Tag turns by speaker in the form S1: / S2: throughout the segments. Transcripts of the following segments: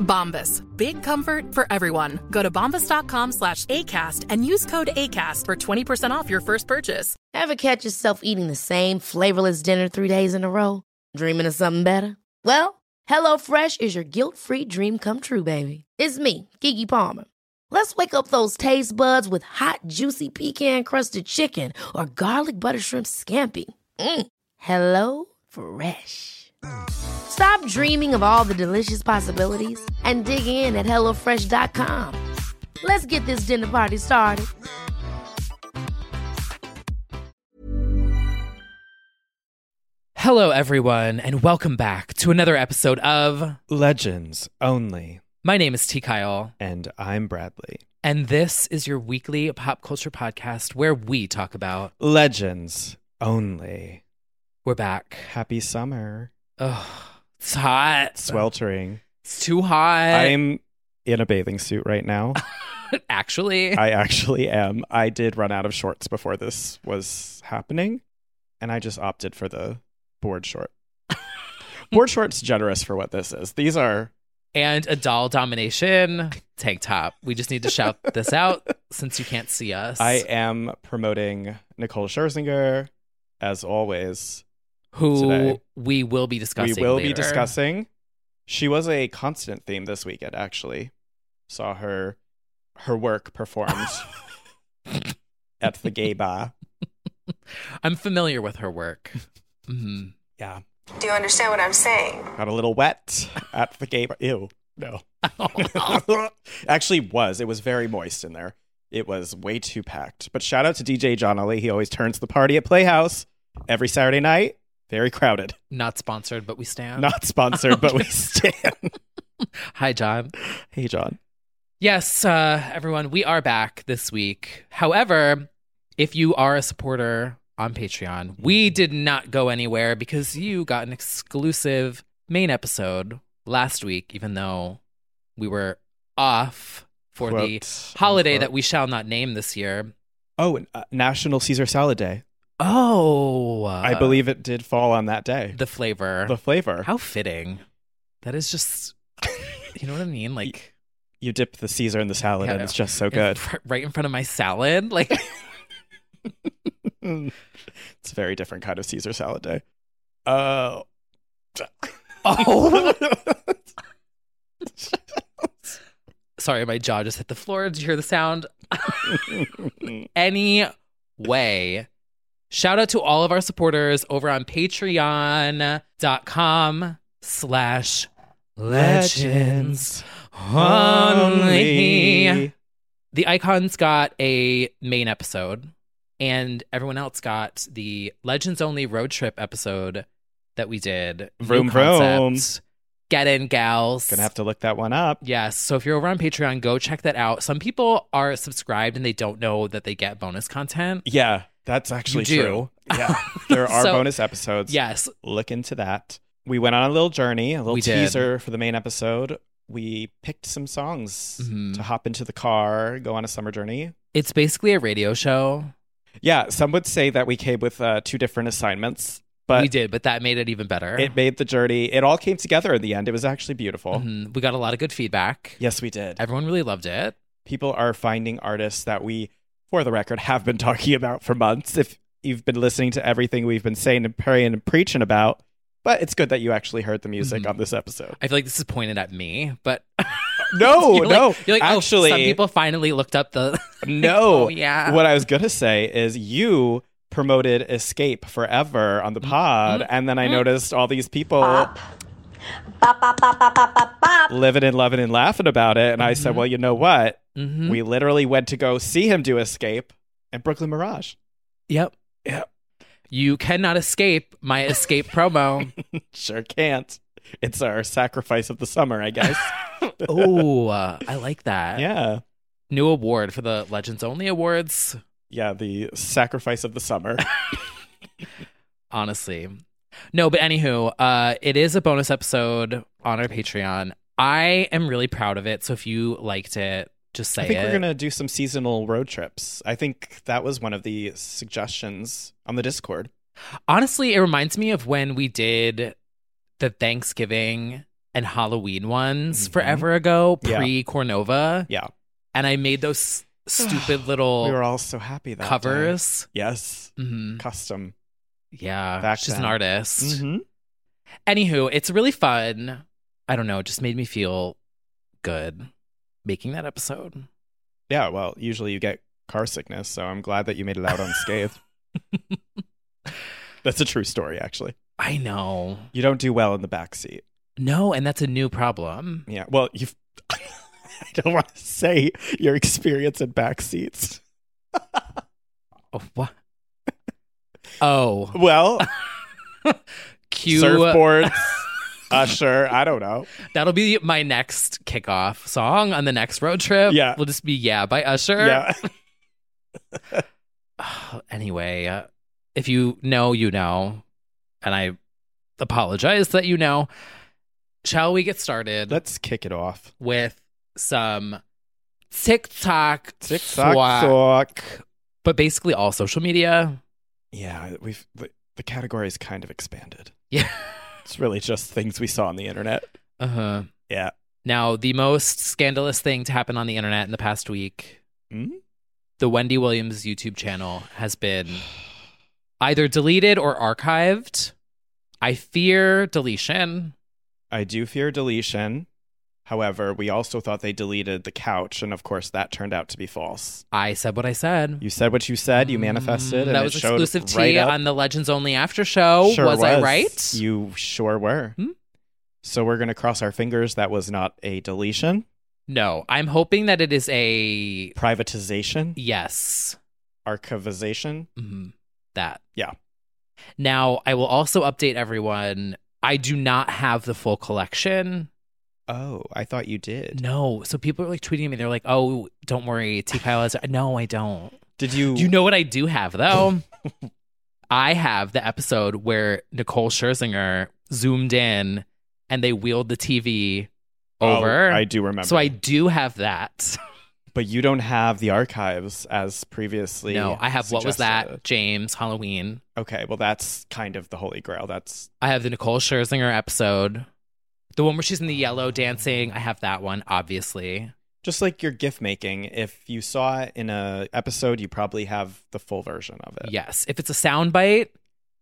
S1: Bombas. Big comfort for everyone. Go to bombas.com slash ACAST and use code ACAST for 20% off your first purchase.
S2: Ever catch yourself eating the same flavorless dinner three days in a row? Dreaming of something better? Well, HelloFresh is your guilt free dream come true, baby. It's me, Kiki Palmer. Let's wake up those taste buds with hot, juicy pecan crusted chicken or garlic butter shrimp scampi. Mm. Hello Fresh. Stop dreaming of all the delicious possibilities and dig in at HelloFresh.com. Let's get this dinner party started.
S3: Hello, everyone, and welcome back to another episode of.
S4: Legends only.
S3: My name is T. Kyle,
S4: And I'm Bradley.
S3: and this is your weekly pop culture podcast where we talk about.
S4: Legends only.
S3: We're back.
S4: Happy summer.
S3: Ugh, it's hot.
S4: Sweltering.
S3: It's too hot.
S4: I'm in a bathing suit right now.
S3: actually.
S4: I actually am. I did run out of shorts before this was happening, and I just opted for the board short. board short's generous for what this is. These are
S3: and a doll domination tank top. We just need to shout this out since you can't see us.
S4: I am promoting Nicole Scherzinger as always.
S3: who
S4: today.
S3: we will be discussing.
S4: we will be
S3: later.
S4: discussing. She was a constant theme this weekend. Actually, saw her her work performed at the gay bar.
S3: I'm familiar with her work. Mhm.
S4: Yeah,
S5: Do you understand what I'm saying?
S4: got a little wet at the gay bar. Ew, no. actually, was it was very moist in there. It was way too packed. But shout out to DJ John Ollie. He always turns the party at Playhouse every Saturday night. Very crowded.
S3: Not sponsored, but we stand.
S4: Not sponsored, but we stand.
S3: Hi, John.
S4: hey, John.
S3: Yes, uh, everyone, we are back this week. However, if you are a supporter on Patreon, we did not go anywhere because you got an exclusive main episode last week, even though we were off for the
S4: Quote,
S3: holiday
S4: unquote.
S3: that we shall not name this year.
S4: Oh, and, uh, National Caesar Salad Day.
S3: Oh,
S4: I
S3: uh,
S4: believe it did fall on that day.
S3: the flavor.
S4: The flavor.
S3: How fitting. That is just, you know what I mean? Like,
S4: you dip the Caesar in the salad
S3: Yeah,
S4: and it's just so
S3: in
S4: good.
S3: fr- right in front of my salad. Like,
S4: it's a very different kind of Caesar salad day. Uh,
S3: oh. Sorry, my jaw just hit the floor. Did you hear the sound? Anyway, shout out to all of our supporters over on patreon.com slash legends only. The icons got a main episode, and everyone else got the Legends Only road trip episode that we did. New
S4: Vroom, vroom.
S3: concept. Get in, gals.
S4: Gonna have to look that one up.
S3: Yes. So if you're over on Patreon, go check that out. Some people are subscribed and they don't know that they get bonus content.
S4: Yeah, that's actually
S3: do.
S4: true. Yeah, there are
S3: So-
S4: bonus episodes.
S3: Yes.
S4: look into that. We went on a little journey, a little
S3: We did.
S4: teaser for the main episode. We picked some songs
S3: Mhm.
S4: to hop into the car, go on a summer journey.
S3: It's basically a radio show.
S4: Yeah, some would say that we came with uh, two different assignments, but
S3: we did, but that made it even better.
S4: it made the journey. It all came together in the end. It was actually beautiful.
S3: Mhm. We got a lot of good feedback.
S4: Yes, we did.
S3: Everyone really loved it.
S4: People are finding artists that we, for the record, have been talking about for months. If you've been listening to everything we've been saying and praying and preaching about, but it's good that you actually heard the music
S3: Mhm.
S4: on this episode.
S3: I feel like this is pointed at me, but
S4: No,
S3: You're like-
S4: no,
S3: you're like, oh,
S4: actually,
S3: some people finally looked up the
S4: no.
S3: Oh, yeah.
S4: What I was gonna say is you promoted Escape Forever on the
S3: Mm-hmm.
S4: pod, and then I noticed all these people
S6: Bop, bop, bop, bop, bop, bop, bop.
S4: living and loving and laughing about it, and I said,
S3: Mm-hmm.
S4: "Well, you know what? We literally went to go see him do Escape at Brooklyn Mirage."
S3: Yep. Yep. You cannot escape my escape promo.
S4: Sure can't. It's our sacrifice of the summer, I guess.
S3: Oh, uh, I like that.
S4: yeah,
S3: New award for the Legends Only Awards.
S4: yeah, the sacrifice of the summer.
S3: honestly. No, but anywho, uh, it is a bonus episode on our Patreon. I am really proud of it. So if you liked it, just say
S4: I think
S3: it.
S4: we're gonna do some seasonal road trips. I think that was one of the suggestions on the Discord.
S3: Honestly, it reminds me of when we did the Thanksgiving and Halloween ones
S4: Mhm.
S3: forever ago,
S4: Yeah.
S3: pre Cornova.
S4: Yeah,
S3: And I made those stupid little
S4: we were all so happy that day.
S3: covers.
S4: Yes,
S3: hmm
S4: custom.
S3: Yeah.
S4: Back
S3: She's an
S4: then. Mm-hmm.
S3: artist. Anywho, it's really fun. I don't know. It just made me feel good making that episode.
S4: Yeah, well, usually you get car sickness, so I'm glad that you made it out unscathed. That's a true story, actually.
S3: I know.
S4: You don't do well in the back seat.
S3: No, and that's a new problem.
S4: Yeah. Well, you've. I don't want to say your experience in back seats.
S3: Oh, what? Oh,
S4: Well,
S3: cue.
S4: surfboards, usher. I don't know.
S3: That'll be my next kickoff song on the next road trip.
S4: Yeah.
S3: We'll just be Yeah by Usher.
S4: Yeah.
S3: Anyway, uh, if you know, you know. And I apologize that you know. Shall we get started
S4: Let's kick it off.
S3: with some TikTok,
S4: Tick tock
S3: thwack,
S4: tock.
S3: but basically all social media?
S4: Yeah, we've the, the category's kind of expanded.
S3: Yeah.
S4: It's really just things we saw on the internet.
S3: Uh huh.
S4: Yeah.
S3: Now, the most scandalous thing to happen on the internet in the past week
S4: Hmm?
S3: the Wendy Williams YouTube channel has been either deleted or archived. I fear deletion.
S4: I do fear deletion. However, we also thought they deleted the couch, and of course, that turned out to be false.
S3: I said what I said.
S4: You said what you said. You manifested, and
S3: Mm, that
S4: it
S3: was
S4: showed
S3: exclusive tea
S4: right up.
S3: on the Legends Only After Show.
S4: Sure
S3: was, I right?
S4: You sure were.
S3: Hmm?
S4: So we're gonna cross our fingers. That was not a deletion,
S3: no, I'm hoping that it is a
S4: privatization,
S3: yes.
S4: archivization.
S3: Mhm. That.
S4: Yeah.
S3: Now, I will also update everyone. I do not have the full collection.
S4: Oh, I thought you did.
S3: No. So people are like tweeting me. They're like, oh, don't worry. T Kyle has. No, I don't.
S4: Did you?
S3: Do you know what I do have, though? I have the episode where Nicole Scherzinger zoomed in and they wheeled the TV
S4: Oh,
S3: over.
S4: I do remember.
S3: so I do have that.
S4: But you don't have the archives as previously.
S3: no, I have what was that?
S4: suggested.
S3: James, Halloween.
S4: Okay, well, that's kind of the holy grail. That's
S3: I have the Nicole Scherzinger episode. The one where she's in the yellow dancing. I have that one, obviously.
S4: just like your gift making. If you saw it in a episode, you probably have the full version of it.
S3: Yes. If it's a soundbite,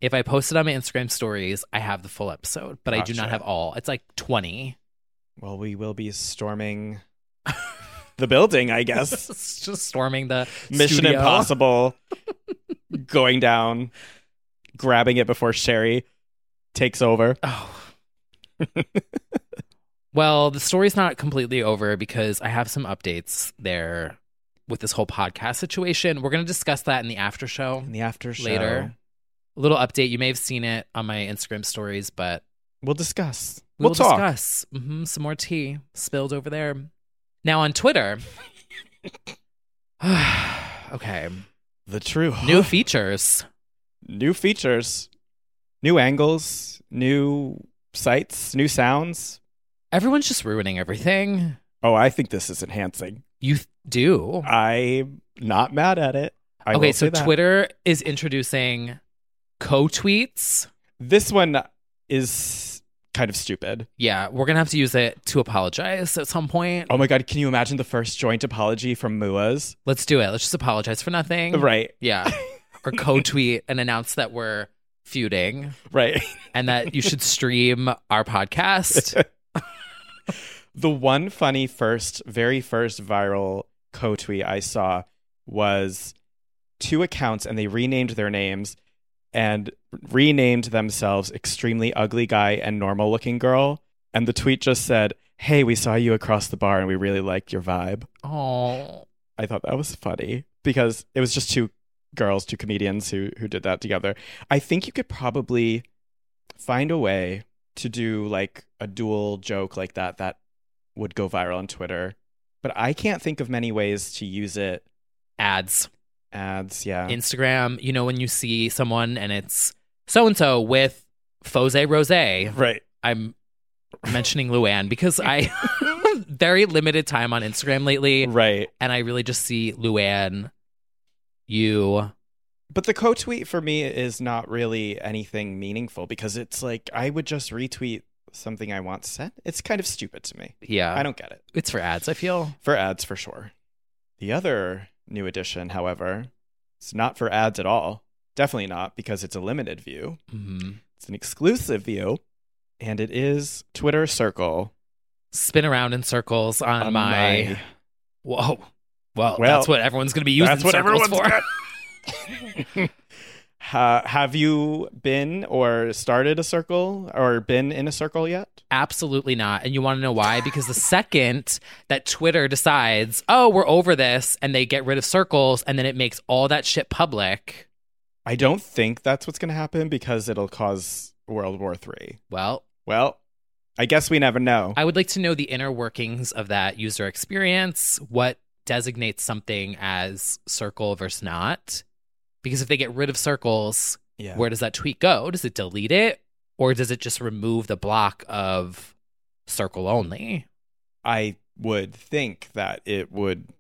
S3: if I post it on my Instagram stories, I have the full episode, but I do not
S4: Gotcha.
S3: have all. It's like 20.
S4: Well, we will be storming the building, I guess.
S3: It's just storming the
S4: Mission
S3: studio.
S4: Impossible, going down, grabbing it before Sherry takes over.
S3: Oh. well, the story's not completely over because I have some updates there with this whole podcast situation. We're going to discuss that in the after show.
S4: In the after show,
S3: Later. A little update. You may have seen it on my Instagram stories, but
S4: we'll discuss.
S3: we
S4: We'll
S3: will
S4: talk.
S3: discuss hmm some more tea spilled over there. Now on Twitter. okay.
S4: The true
S3: New features.
S4: new features, new angles, new sights, new sounds.
S3: Everyone's just ruining everything.
S4: Oh, I think this is enhancing.
S3: You th- do.
S4: I'm not mad at it. I
S3: okay,
S4: will
S3: so
S4: say that.
S3: Twitter is introducing co tweets.
S4: This one is kind of stupid.
S3: Yeah, we're gonna have to use it to apologize at some point.
S4: Oh my god, can you imagine the first joint apology from Mua's?
S3: Let's do it. Let's just apologize for nothing.
S4: Right,
S3: Yeah. or co tweet and announce that we're feuding
S4: right.
S3: and that you should stream our podcast.
S4: The one funny first, very first viral co tweet I saw was two accounts and they renamed their names and renamed themselves Extremely Ugly Guy and Normal Looking Girl. And the tweet just said, Hey, we saw you across the bar and we really liked your vibe.
S3: Oh,
S4: I thought that was funny because it was just two girls, two comedians who who did that together. I think you could probably find a way to do like a dual joke like that that would go viral on Twitter. But I can't think of many ways to use it.
S3: ads,
S4: Ads, yeah.
S3: Instagram. You know when you see someone and it's so and so with Fose Rose.
S4: right.
S3: I'm mentioning Luann because I very limited time on Instagram lately,
S4: Right.
S3: and I really just see Luann, you.
S4: But the co tweet for me is not really anything meaningful because it's like I would just retweet something I once said. It's kind of stupid to me.
S3: Yeah,
S4: I don't get it.
S3: It's for ads. I feel
S4: For ads, for sure. The other new edition, however, it's not for ads at all. Definitely not, because it's a limited view.
S3: Mhm.
S4: It's an exclusive view, and it is Twitter Circle. Um,
S3: spin around in circles on,
S4: on
S3: my, whoa. Well,
S4: Well,
S3: that's what everyone's going to be using
S4: that's what
S3: circles
S4: everyone's
S3: for.
S4: Ha- have you been or started a circle or been in a circle yet?
S3: Absolutely not. And you want to know why? Because the second that Twitter decides, oh, we're over this, and they get rid of circles, and then it makes all that shit public,
S4: I don't think that's what's going to happen because it'll cause World War Three.
S3: well,
S4: Well, I guess we never know.
S3: I would like to know the inner workings of that user experience. What designates something as circle versus not? Because if they get rid of circles,
S4: yeah.
S3: where does that tweet go? Does it delete it? Or does it just remove the block of circle only?
S4: I would think that it would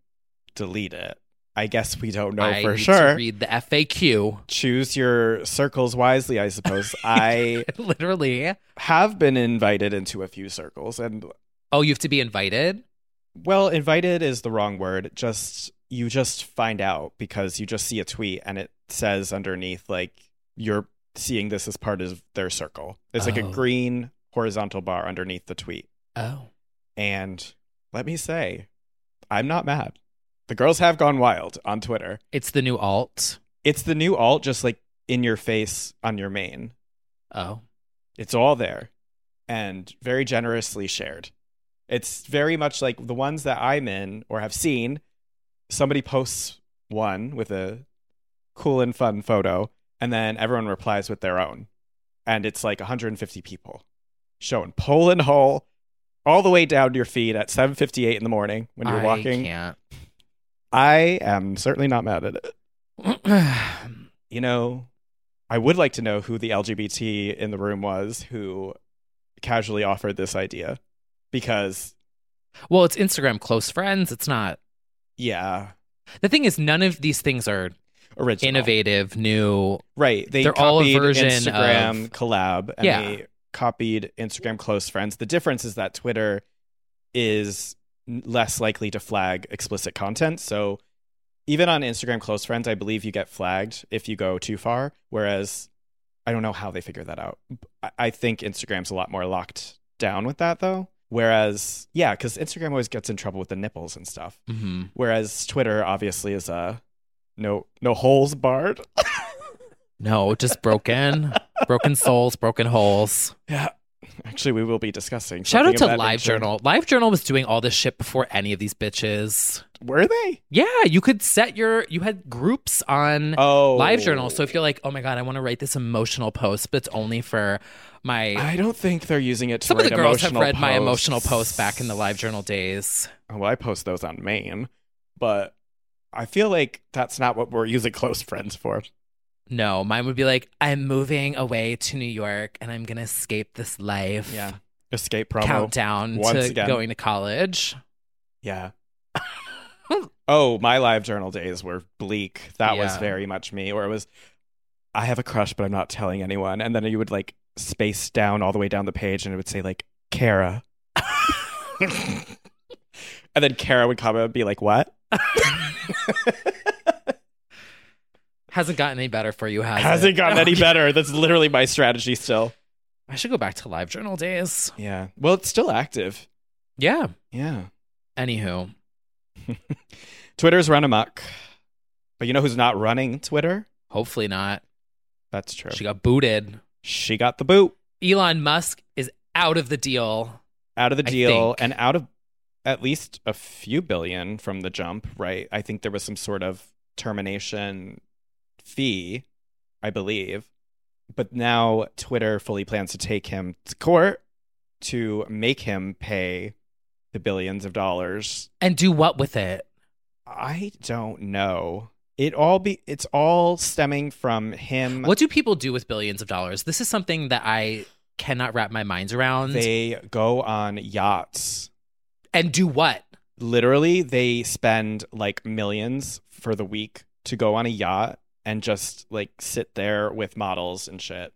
S4: delete it. I guess we don't know
S3: I
S4: for
S3: need to
S4: sure.
S3: read the FAQ.
S4: Choose your circles wisely, I suppose. I
S3: Literally.
S4: have been invited into a few circles, and
S3: Oh, you have to be invited?
S4: well, invited is the wrong word. Just you just find out because you just see a tweet and it says underneath like you're seeing this as part of their circle. It's like a
S3: Oh.
S4: green horizontal bar underneath the tweet.
S3: Oh.
S4: And let me say, I'm not mad. The girls have gone wild on Twitter.
S3: It's the new alt.
S4: It's the new alt, just like in your face on your main.
S3: Oh.
S4: It's all there and very generously shared. It's very much like the ones that I'm in or have seen. Somebody posts one with a cool and fun photo, and then everyone replies with their own. And it's like 150 people showing pole and hole all the way down to your feed at 7:58 in the morning when you're
S3: I
S4: walking.
S3: can't.
S4: I am certainly not mad at it. you know, I would like to know who the LGBT in the room was who casually offered this idea because,
S3: well, it's Instagram close friends. It's not.
S4: yeah,
S3: The thing is, none of these things are
S4: original.
S3: innovative, new.
S4: Right. They
S3: They're
S4: copied
S3: all a version
S4: Instagram
S3: of-
S4: collab and
S3: Yeah.
S4: they copied Instagram close friends. The difference is that Twitter is n- less likely to flag explicit content. So even on Instagram close friends, I believe you get flagged if you go too far. Whereas I don't know how they figure that out. I- I think Instagram's a lot more locked down with that though. Whereas, yeah, because Instagram always gets in trouble with the nipples and stuff.
S3: hmm
S4: Whereas Twitter obviously is a no no holes barred.
S3: No, just broken, broken souls, broken holes.
S4: Yeah. Actually, we will be discussing.
S3: Shout out
S4: something of
S3: to
S4: that
S3: Live
S4: nature.
S3: Journal. Live Journal was doing all this shit before any of these bitches.
S4: Were they?
S3: Yeah, you could set your you had groups on
S4: Oh,
S3: Live Journal. So if you're like, oh my god, I want to write this emotional post, but it's only for my
S4: I don't think they're using it. To
S3: some of the
S4: write
S3: girls have
S4: emotional
S3: read my emotional
S4: posts.
S3: posts back in the Live Journal days.
S4: Oh, well, I post those on Maine, but I feel like that's not what we're using close friends for.
S3: No, mine would be like, I'm moving away to New York and I'm gonna escape this life.
S4: Escape promo.
S3: Countdown
S4: Once
S3: to
S4: again.
S3: going to college.
S4: Yeah. oh, my live journal days were bleak. That was
S3: Yeah.
S4: very much me, where it was, I have a crush, but I'm not telling anyone. And then you would like space down all the way down the page and it would say, like, Kara. and then Kara would come and be like, what?
S3: Hasn't gotten any better for you, has
S4: Hasn't
S3: it?
S4: gotten any better. That's literally my strategy still.
S3: I should go back to Live Journal days.
S4: Yeah. Well, it's still active.
S3: Yeah.
S4: Yeah.
S3: Anywho,
S4: Twitter's run amok. But you know who's not running Twitter?
S3: Hopefully not.
S4: That's true.
S3: She got booted.
S4: She got the boot
S3: Elon Musk is out of the deal.
S4: out of the
S3: I
S4: deal
S3: think.
S4: and out of at least a few billion from the jump, right? I think there was some sort of termination fee, I believe. But now Twitter fully plans to take him to court to make him pay the billions of dollars
S3: And do what with it?
S4: I don't know. It all be it's all stemming from him.
S3: What do people do with billions of dollars? This is something that I cannot wrap my mind around.
S4: they go on yachts.
S3: and do what?
S4: Literally, they spend like millions for the week to go on a yacht and just like sit there with models and shit.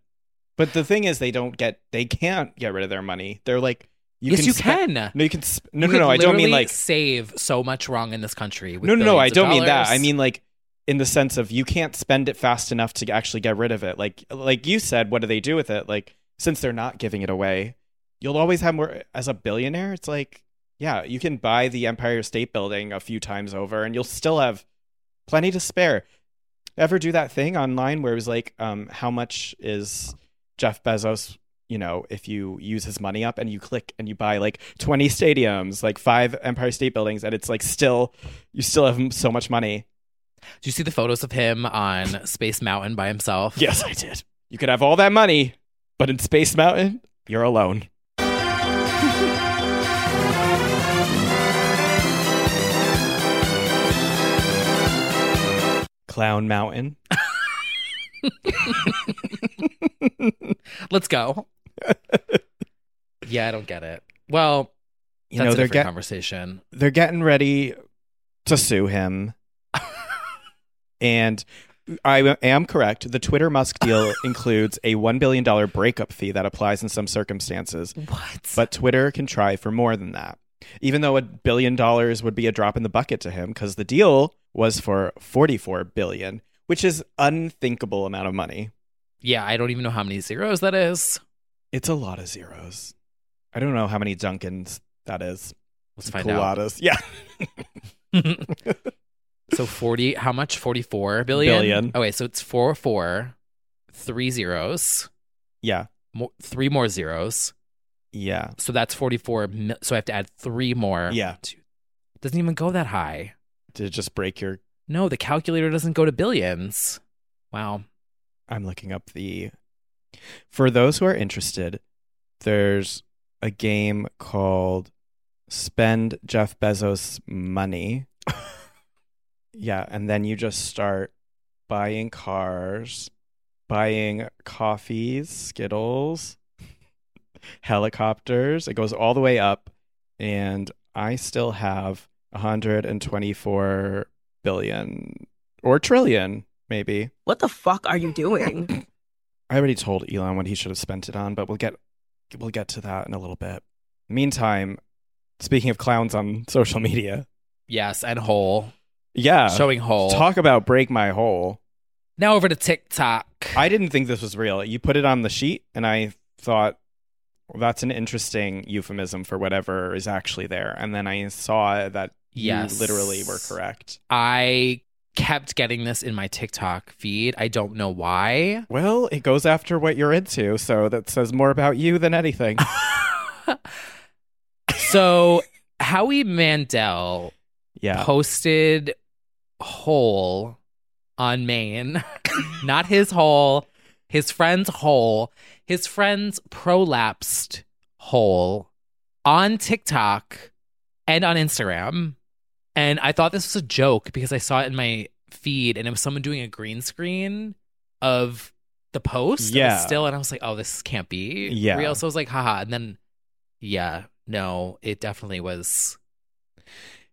S4: But the thing is, they don't get they can't get rid of their money. They're like, you
S3: yes,
S4: can
S3: you
S4: spe-
S3: can.
S4: No, you can. Sp- no,
S3: You
S4: no, no.
S3: could
S4: I don't mean
S3: literally
S4: like
S3: save so much wrong in this country. With
S4: no, no, no.
S3: billions
S4: I
S3: of
S4: don't mean that.
S3: dollars.
S4: I mean like in the sense of you can't spend it fast enough to actually get rid of it. Like like you said, what do they do with it? Like since they're not giving it away, you'll always have more. As a billionaire, it's like yeah, you can buy the Empire State Building a few times over, and you'll still have plenty to spare. Ever do that thing online where it was like, um, how much is Jeff Bezos? You know, if you use his money up and you click and you buy like 20 stadiums, like five Empire State Buildings, and it's like still, you still have m- so much money.
S3: do you see the photos of him on Space Mountain by himself?
S4: Yes, I did. You could have all that money, but in Space Mountain, you're alone. Clown Mountain.
S3: Let's go. yeah, I don't get it. Well,
S4: You
S3: that's
S4: know
S3: a
S4: they're
S3: different
S4: get,
S3: conversation.
S4: they're getting ready to sue him. and I am correct. The Twitter Musk deal includes a $1 billion breakup fee that applies in some circumstances,
S3: What?
S4: but Twitter can try for more than that. Even though a billion dollars would be a drop in the bucket to him because the deal was for 44 billion, which is unthinkable amount of money.
S3: yeah, I don't even know how many zeros that is.
S4: It's a lot of zeros. I don't know how many Dunkins that is.
S3: Let's find out.
S4: Coladas. Yeah.
S3: So forty, how much? Forty-four billion.
S4: Billion.
S3: Okay, so it's four, four, three zeros,
S4: Yeah.
S3: mo- three more zeros.
S4: Yeah.
S3: So that's forty-four. Mil- so I have to add three more.
S4: Yeah.
S3: Two- Doesn't even go that high.
S4: Did it just break your
S3: No, the calculator doesn't go to billions. Wow.
S4: I'm looking up the. For those who are interested, there's a game called Spend Jeff Bezos Money. yeah, and then you just start buying cars, buying coffees, Skittles, helicopters. It goes all the way up, and I still have 124 billion or trillion, maybe.
S7: What the fuck are you doing?
S4: I already told Elon what he should have spent it on, but we'll get we'll get to that in a little bit. Meantime, speaking of clowns on social media,
S3: Yes, and whole
S4: yeah,
S3: showing whole.
S4: Uh, talk about break my hole.
S3: now over to TikTok.
S4: I didn't think this was real. You put it on the sheet, and I thought well, that's an interesting euphemism for whatever is actually there. And then I saw that
S3: Yes.
S4: you literally were correct.
S3: I kept getting this in my TikTok feed. I don't know why.
S4: Well, it goes after what you're into, so that says more about you than anything.
S3: So Howie Mandel
S4: yeah,
S3: posted hole on Maine, not his hole, his friend's hole, his friend's prolapsed hole on TikTok and on Instagram. And I thought this was a joke because I saw it in my feed and it was someone doing a green screen of the post of the
S4: Yeah.
S3: still and I was like, oh, this can't be
S4: Yeah.
S3: real. So I was like, haha. And then, yeah, no, it definitely was.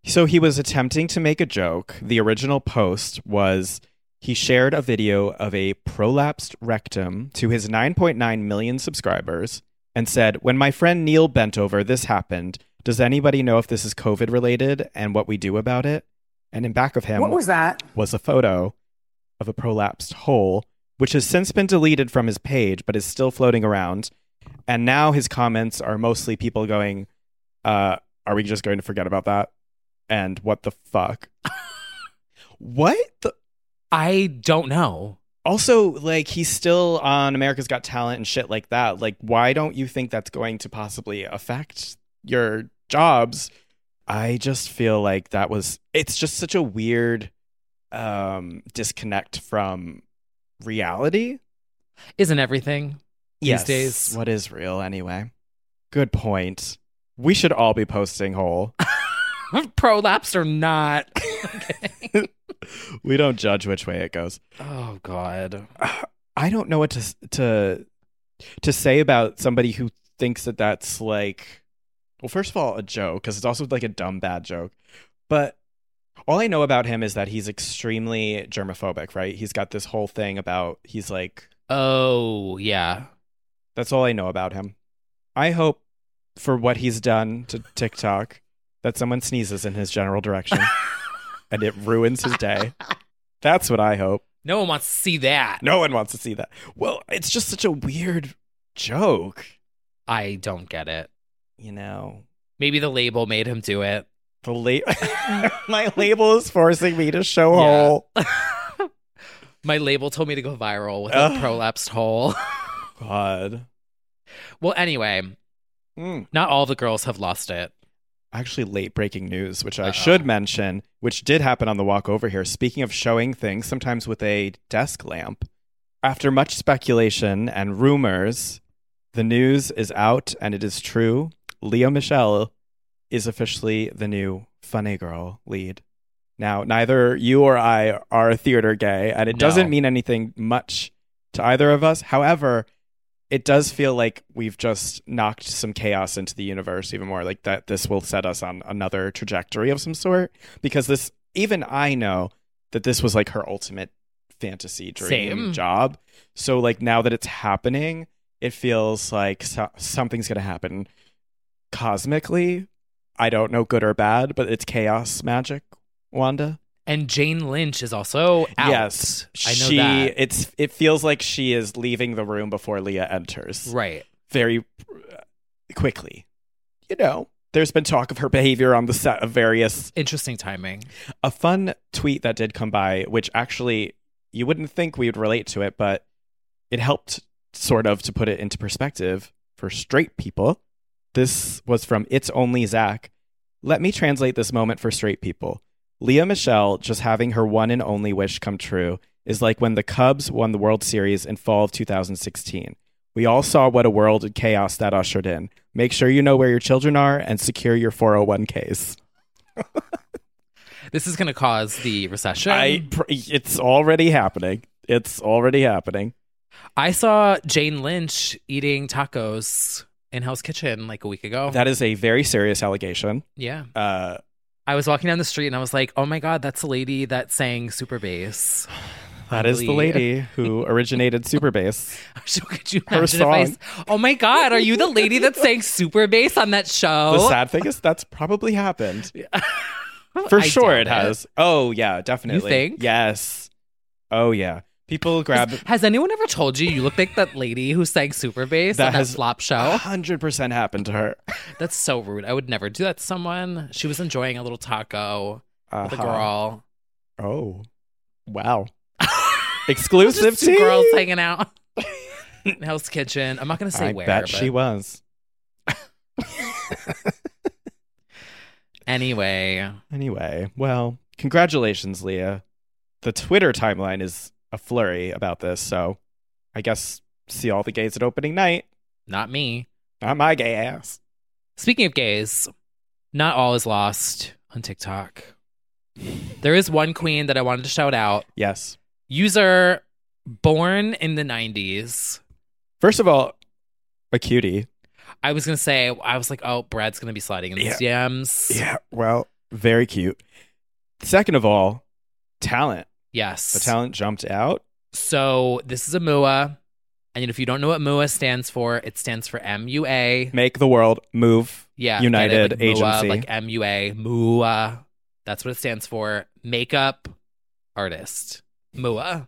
S4: So he was attempting to make a joke. The original post was he shared a video of a prolapsed rectum to his 9.9 million subscribers and said, When my friend Neil bent over, this happened. Does anybody know if this is COVID related and what we do about it? And in back of him
S7: what was that?
S4: was a photo of a prolapsed hole, which has since been deleted from his page, but is still floating around. And now his comments are mostly people going, uh, "Are we just going to forget about that?" And what the fuck? what the?
S3: I don't know.
S4: Also, like he's still on America's Got Talent and shit like that. Like, why don't you think that's going to possibly affect your jobs? I just feel like that was it's just such a weird um disconnect from reality
S3: Isn't everything? These days.
S4: What is real anyway? Good point. We should all be posting whole.
S3: Prolapse or not.
S4: we don't judge which way it goes.
S3: oh God.
S4: I don't know what to to to say about somebody who thinks that that's like well first of all a joke cuz it's also like a dumb bad joke. But all I know about him is that he's extremely germophobic, right? He's got this whole thing about he's like
S3: Oh yeah.
S4: that's all I know about him. I hope for what he's done to TikTok that someone sneezes in his general direction and it ruins his day. That's what I hope.
S3: No one wants to see that.
S4: No one wants to see that. Well, it's just such a weird joke,
S3: I don't get it.
S4: you know.
S3: Maybe the label made him do it.
S4: The la- my label is forcing me to show
S3: Yeah.
S4: hole.
S3: My label told me to go viral with
S4: Ugh.
S3: a prolapsed hole.
S4: God,
S3: well, anyway,
S4: Mm.
S3: not all the girls have lost it.
S4: actually, late breaking news, which I
S3: Uh-oh.
S4: should mention, which did happen on the walk over here. Speaking of showing things, sometimes with a desk lamp. After much speculation and rumors, the news is out, and it is true. Leah Michelle is officially the new Funny Girl lead. Now, neither you or I are theater gay, and it
S3: No.
S4: doesn't mean anything much to either of us. However, it does feel like we've just knocked some chaos into the universe even more, like that this will set us on another trajectory of some sort. Because this, even I know that this was like her ultimate fantasy dream
S3: Same.
S4: job. So, like, now that it's happening, it feels like so- something's going to happen cosmically. I don't know good or bad, but it's chaos magic, Wanda.
S3: And Jane Lynch is also out.
S4: Yes.
S3: I know
S4: she,
S3: that.
S4: It's, it feels like she is leaving the room before Leah enters
S3: Right.
S4: very uh, quickly. You know, there's been talk of her behavior on the set of various
S3: Interesting timing.
S4: a fun tweet that did come by, which actually you wouldn't think we would relate to it, but it helped sort of to put it into perspective for straight people. This was from It's Only Zach. Let me translate this moment for straight people. Leah Michelle just having her one and only wish come true is like when the Cubs won the World Series in fall of 2016. We all saw what a world of chaos that ushered in. Make sure you know where your children are and secure your 401ks.
S3: This is going to cause the recession.
S4: I pr- it's already happening. It's already happening.
S3: I saw Jane Lynch eating tacos in Hell's Kitchen like a week ago.
S4: That is a very serious allegation.
S3: yeah.
S4: Uh,
S3: I was walking down the street and I was like, oh my God, that's the lady that sang Super Bass.
S4: that is the
S3: Lee.
S4: lady who originated Superbase.
S3: So could you
S4: Her
S3: imagine if I s- oh my God, are you the lady that sang Super Bass on that
S4: The
S3: show?
S4: sad thing is that's probably happened. For
S3: I
S4: sure
S3: doubt
S4: it has. Oh yeah, definitely.
S3: think?
S4: Yes. Oh yeah. People grab
S3: Has, has anyone ever told you you look like that lady who sang Super Bass
S4: That
S3: on that
S4: has-
S3: flop show?
S4: 100% happened to her.
S3: That's so rude. I would never do that to someone. She was enjoying a little taco with a
S4: Uh-huh.
S3: girl.
S4: Oh. Wow. Exclusive
S3: Just two
S4: tea.
S3: girls hanging out in Hell's Kitchen. I'm not going to say
S4: I
S3: where,
S4: bet
S3: but
S4: she was.
S3: anyway.
S4: Anyway, well, congratulations, Leah. The Twitter timeline is a flurry about this, so I guess see all the gays at opening night.
S3: Not me.
S4: Not my gay ass.
S3: Speaking of gays, not all is lost on TikTok. There is one queen that I wanted to shout out.
S4: Yes.
S3: User born in the 90s.
S4: First of all, a cutie.
S3: I was going to say, I was like, oh, Brad's going to be sliding in these DMs.
S4: Well, very cute. Second of all, talent.
S3: Yes.
S4: The talent jumped out.
S3: So this is a MUA. And if you don't know what MUA stands for, it stands for MUA.
S4: Make the world move.
S3: Yeah.
S4: United
S3: get it? like MUA,
S4: Agency.
S3: like MUA. MUA. That's what it stands for. Makeup artist. MUA.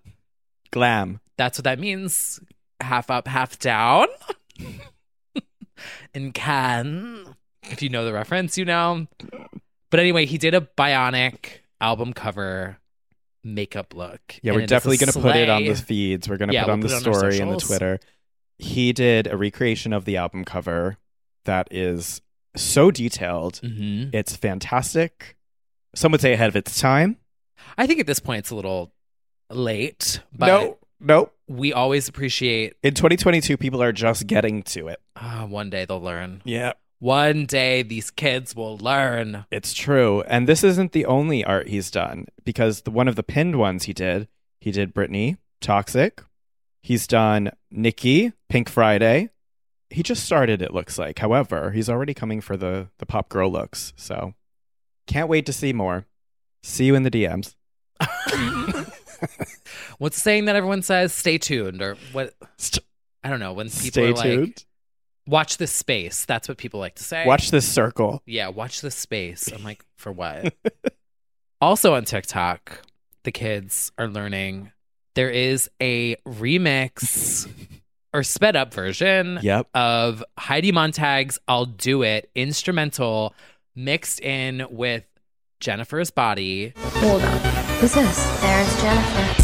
S4: Glam.
S3: That's what that means. Half up, half down. In can. If you know the reference, you know. But anyway, he did a bionic album cover makeup look.
S4: Yeah,
S3: and
S4: we're
S3: it is a
S4: definitely going to put it on the
S3: sleigh.
S4: feeds. We're going to
S3: Yeah,
S4: put
S3: we'll
S4: on the
S3: put it on our
S4: story and the
S3: socials.
S4: Twitter. He did a recreation of the album cover that is so detailed.
S3: Mhm.
S4: It's fantastic. Some would say ahead of its time.
S3: I think at this point it's a little late, but
S4: no, no.
S3: we always appreciate
S4: In 2022, people are just getting to it.
S3: ah, one day they'll learn.
S4: Yeah,
S3: One day these kids will learn.
S4: it's true. And this isn't the only art he's done because the one of the pinned ones he did, he did Britney, Toxic. He's done Nikki, Pink Friday. He just started, it looks like. However, he's already coming for the, the pop girl looks. So can't wait to see more. See you in the DMs.
S3: What's the saying that everyone says? Stay tuned or what?
S4: St-
S3: I don't know. When people
S4: Stay
S3: are like,
S4: tuned.
S3: watch this space. That's what people like to say.
S4: Watch this circle.
S3: Yeah, watch this space. I'm like, for what? also on TikTok, the kids are learning. There is a remix or sped up version
S4: Yep.
S3: of Heidi Montag's I'll Do It instrumental mixed in with Jennifer's Body.
S6: Hold on. Who's this? There's Jennifer.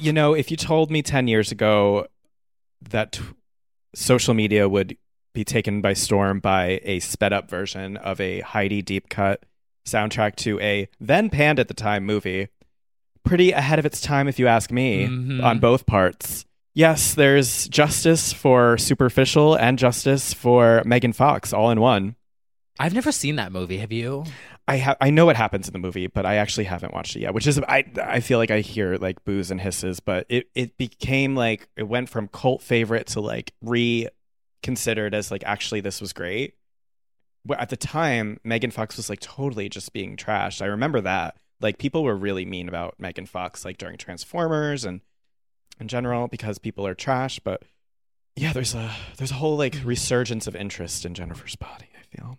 S4: You know, if you told me 10 years ago that t- social media would be taken by storm by a sped up version of a Heidi deep cut soundtrack to a then panned at the time movie, pretty ahead of its time, if you ask me,
S3: Mhm.
S4: on both parts. Yes, there's justice for superficial and justice for Megan Fox all in one.
S3: I've never seen that movie. Have you?
S4: I ha- I know what happens in the movie, but I actually haven't watched it yet. Which is I I feel like I hear like boos and hisses, but it it became like it went from cult favorite to like reconsidered as like actually this was great. But at the time, Megan Fox was like totally just being trashed. I remember that like people were really mean about Megan Fox like during Transformers and in general because people are trash. But yeah, there's a there's a whole like resurgence of interest in Jennifer's body. I feel.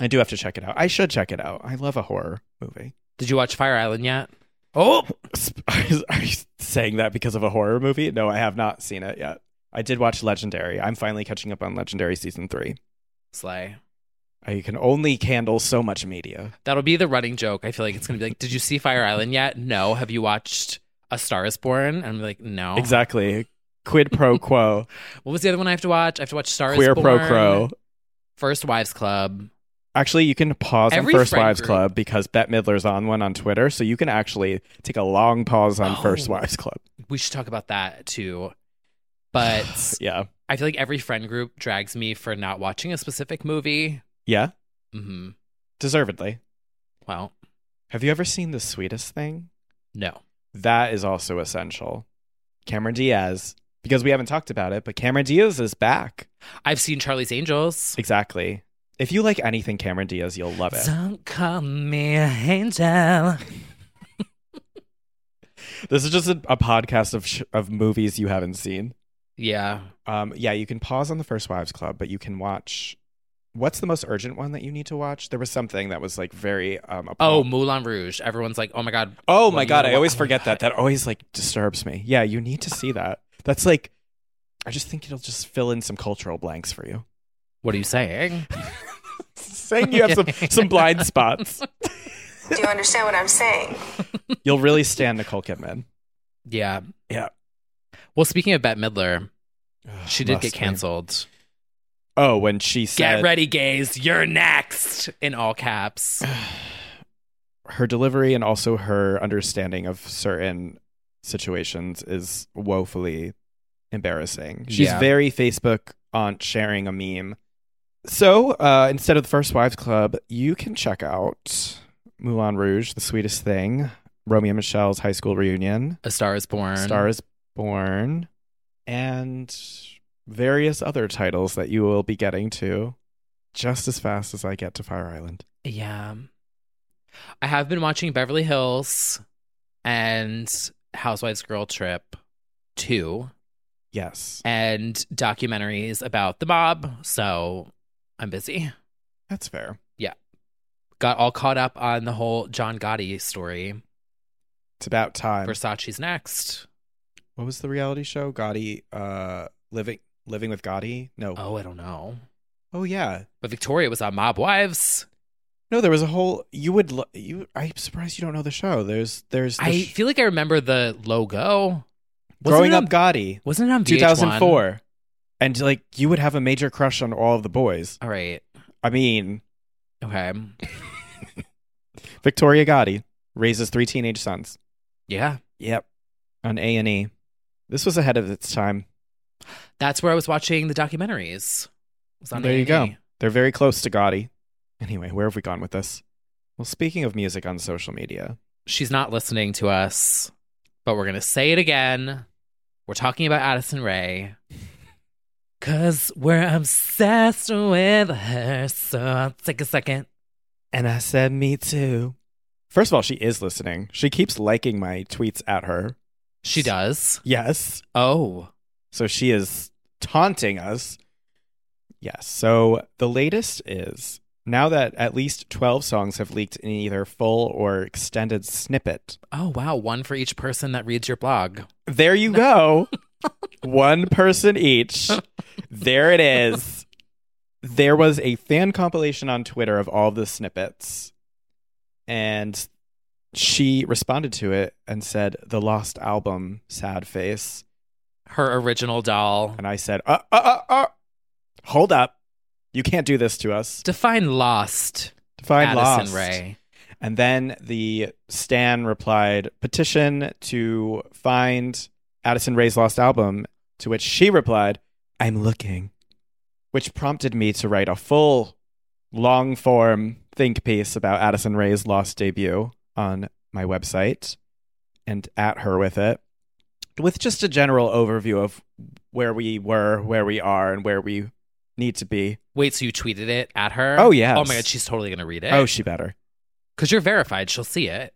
S4: I do have to check it out. I should check it out. I love a horror movie.
S3: Did you watch Fire Island yet?
S4: Oh, are you saying that because of a horror movie? No, I have not seen it yet. I did watch Legendary. I'm finally catching up on Legendary season three.
S3: Slay.
S4: I can only handle so much media.
S3: That'll be the running joke. I feel like it's gonna be like, did you see Fire Island yet? No. Have you watched A Star Is Born? And I'm like, no.
S4: Exactly. Quid pro quo.
S3: What was the other one I have to watch? I have to watch Star
S4: queer
S3: Is Born.
S4: pro quo.
S3: First Wives Club.
S4: Actually, you can pause
S3: Every
S4: on First
S3: friend
S4: Wives
S3: group-
S4: Club because Bette Midler's on one on Twitter, so you can actually take a long pause on First
S3: Oh.
S4: Wives Club.
S3: We should talk about that too. But
S4: Yeah.
S3: I feel like every friend group drags me for not watching a specific movie.
S4: Yeah.
S3: hmm
S4: Deservedly.
S3: Well,
S4: Have you ever seen The Sweetest Thing?
S3: no.
S4: That is also essential. Cameron Diaz, because we haven't talked about it, but Cameron Diaz is back.
S3: I've seen Charlie's Angels.
S4: Exactly. If you like anything Cameron Diaz, you'll love it.
S3: Don't call me an angel.
S4: This is just a, a podcast of sh- of movies you haven't seen.
S3: Yeah.
S4: Um, yeah, you can pause on the First Wives Club, but you can watch. What's the most urgent one that you need to watch? There was something that was like very. Um, a
S3: Oh,
S4: pop-
S3: Moulin Rouge. Everyone's like, oh my God.
S4: Oh
S3: What
S4: my
S3: do you
S4: god, I
S3: wa-
S4: always
S3: oh my
S4: forget that.
S3: God.
S4: That always like disturbs me. Yeah, you need to see that. That's like, I just think it'll just fill in some cultural blanks for you.
S3: What are you saying?
S4: Saying you have some some blind spots.
S5: Do you understand what I'm saying?
S4: You'll really stand Nicole Kidman.
S3: yeah.
S4: Yeah.
S3: Well, speaking of Bette Midler, she did
S4: Must
S3: get
S4: be.
S3: canceled.
S4: Oh, when she said
S3: Get ready, gays. You're next in all caps.
S4: her delivery and also her understanding of certain situations is woefully embarrassing. She's
S3: Yeah.
S4: very Facebook aunt sharing a meme. So uh, instead of the First Wives Club, you can check out Moulin Rouge, The Sweetest Thing, Romeo and Michelle's High School Reunion,
S3: A Star is Born.
S4: Star is Born, and various other titles that you will be getting to just as fast as I get to Fire Island.
S3: Yeah. I have been watching Beverly Hills and Housewives Girl Trip 2
S4: Yes,
S3: and documentaries about the mob. So I'm busy.
S4: that's fair.
S3: Got all caught up on the whole John Gotti story.
S4: It's about time.
S3: Versace's next.
S4: what was the reality show? Gotti, uh, living Living with Gotti? No.
S3: Oh, I don't know.
S4: Oh yeah.
S3: But Victoria was on Mob Wives.
S4: No, there was a whole. You would. Lo- you. I'm surprised you don't know the show. There's. There's. The
S3: I
S4: sh-
S3: feel like I remember the logo. Wasn't
S4: growing
S3: it
S4: up
S3: on-
S4: Gotti,
S3: Wasn't it on VH1?
S4: 2004, and like you would have a major crush on all of the boys.
S3: All right.
S4: I mean,
S3: Okay.
S4: Victoria Gotti raises three teenage sons.
S3: Yeah.
S4: Yep. On A and E. This was ahead of its time.
S3: That's where I was watching the documentaries. It was on
S4: there you go.
S3: A&E.
S4: They're very close to Gotti. Anyway, where have we gone with this? Well, speaking of music on social media,
S3: She's not listening to us, but we're going to say it again. We're talking about Addison Ray. Because we're obsessed with her. So I'll take a second.
S4: and I said, "Me too." First of all, she is listening. She keeps liking my tweets at her.
S3: She does.
S4: Yes.
S3: Oh.
S4: So she is taunting us. Yes. So the latest is now that at least 12 songs have leaked in either full or extended snippet.
S3: Oh, wow. One for each person that reads your blog.
S4: There you go. One person each. There it is. There was a fan compilation on Twitter of all the snippets. And she responded to it and said, The lost album, sad face.
S3: Her original doll.
S4: And I said, uh, uh, uh, uh, hold up. You can't do this to us.
S3: Define lost.
S4: Define
S3: Addison
S4: lost.
S3: Ray.
S4: And then the Stan replied, petition to find Addison Ray's lost album, to which she replied, I'm looking, which prompted me to write a full long form think piece about Addison Ray's lost debut on my website and at her with it, with just a general overview of where we were, where we are, and where we need to be.
S3: Wait, so you tweeted it at her?
S4: Oh, yes.
S3: Oh my god, she's totally gonna read it.
S4: Oh, she better.
S3: because you're verified, she'll see it.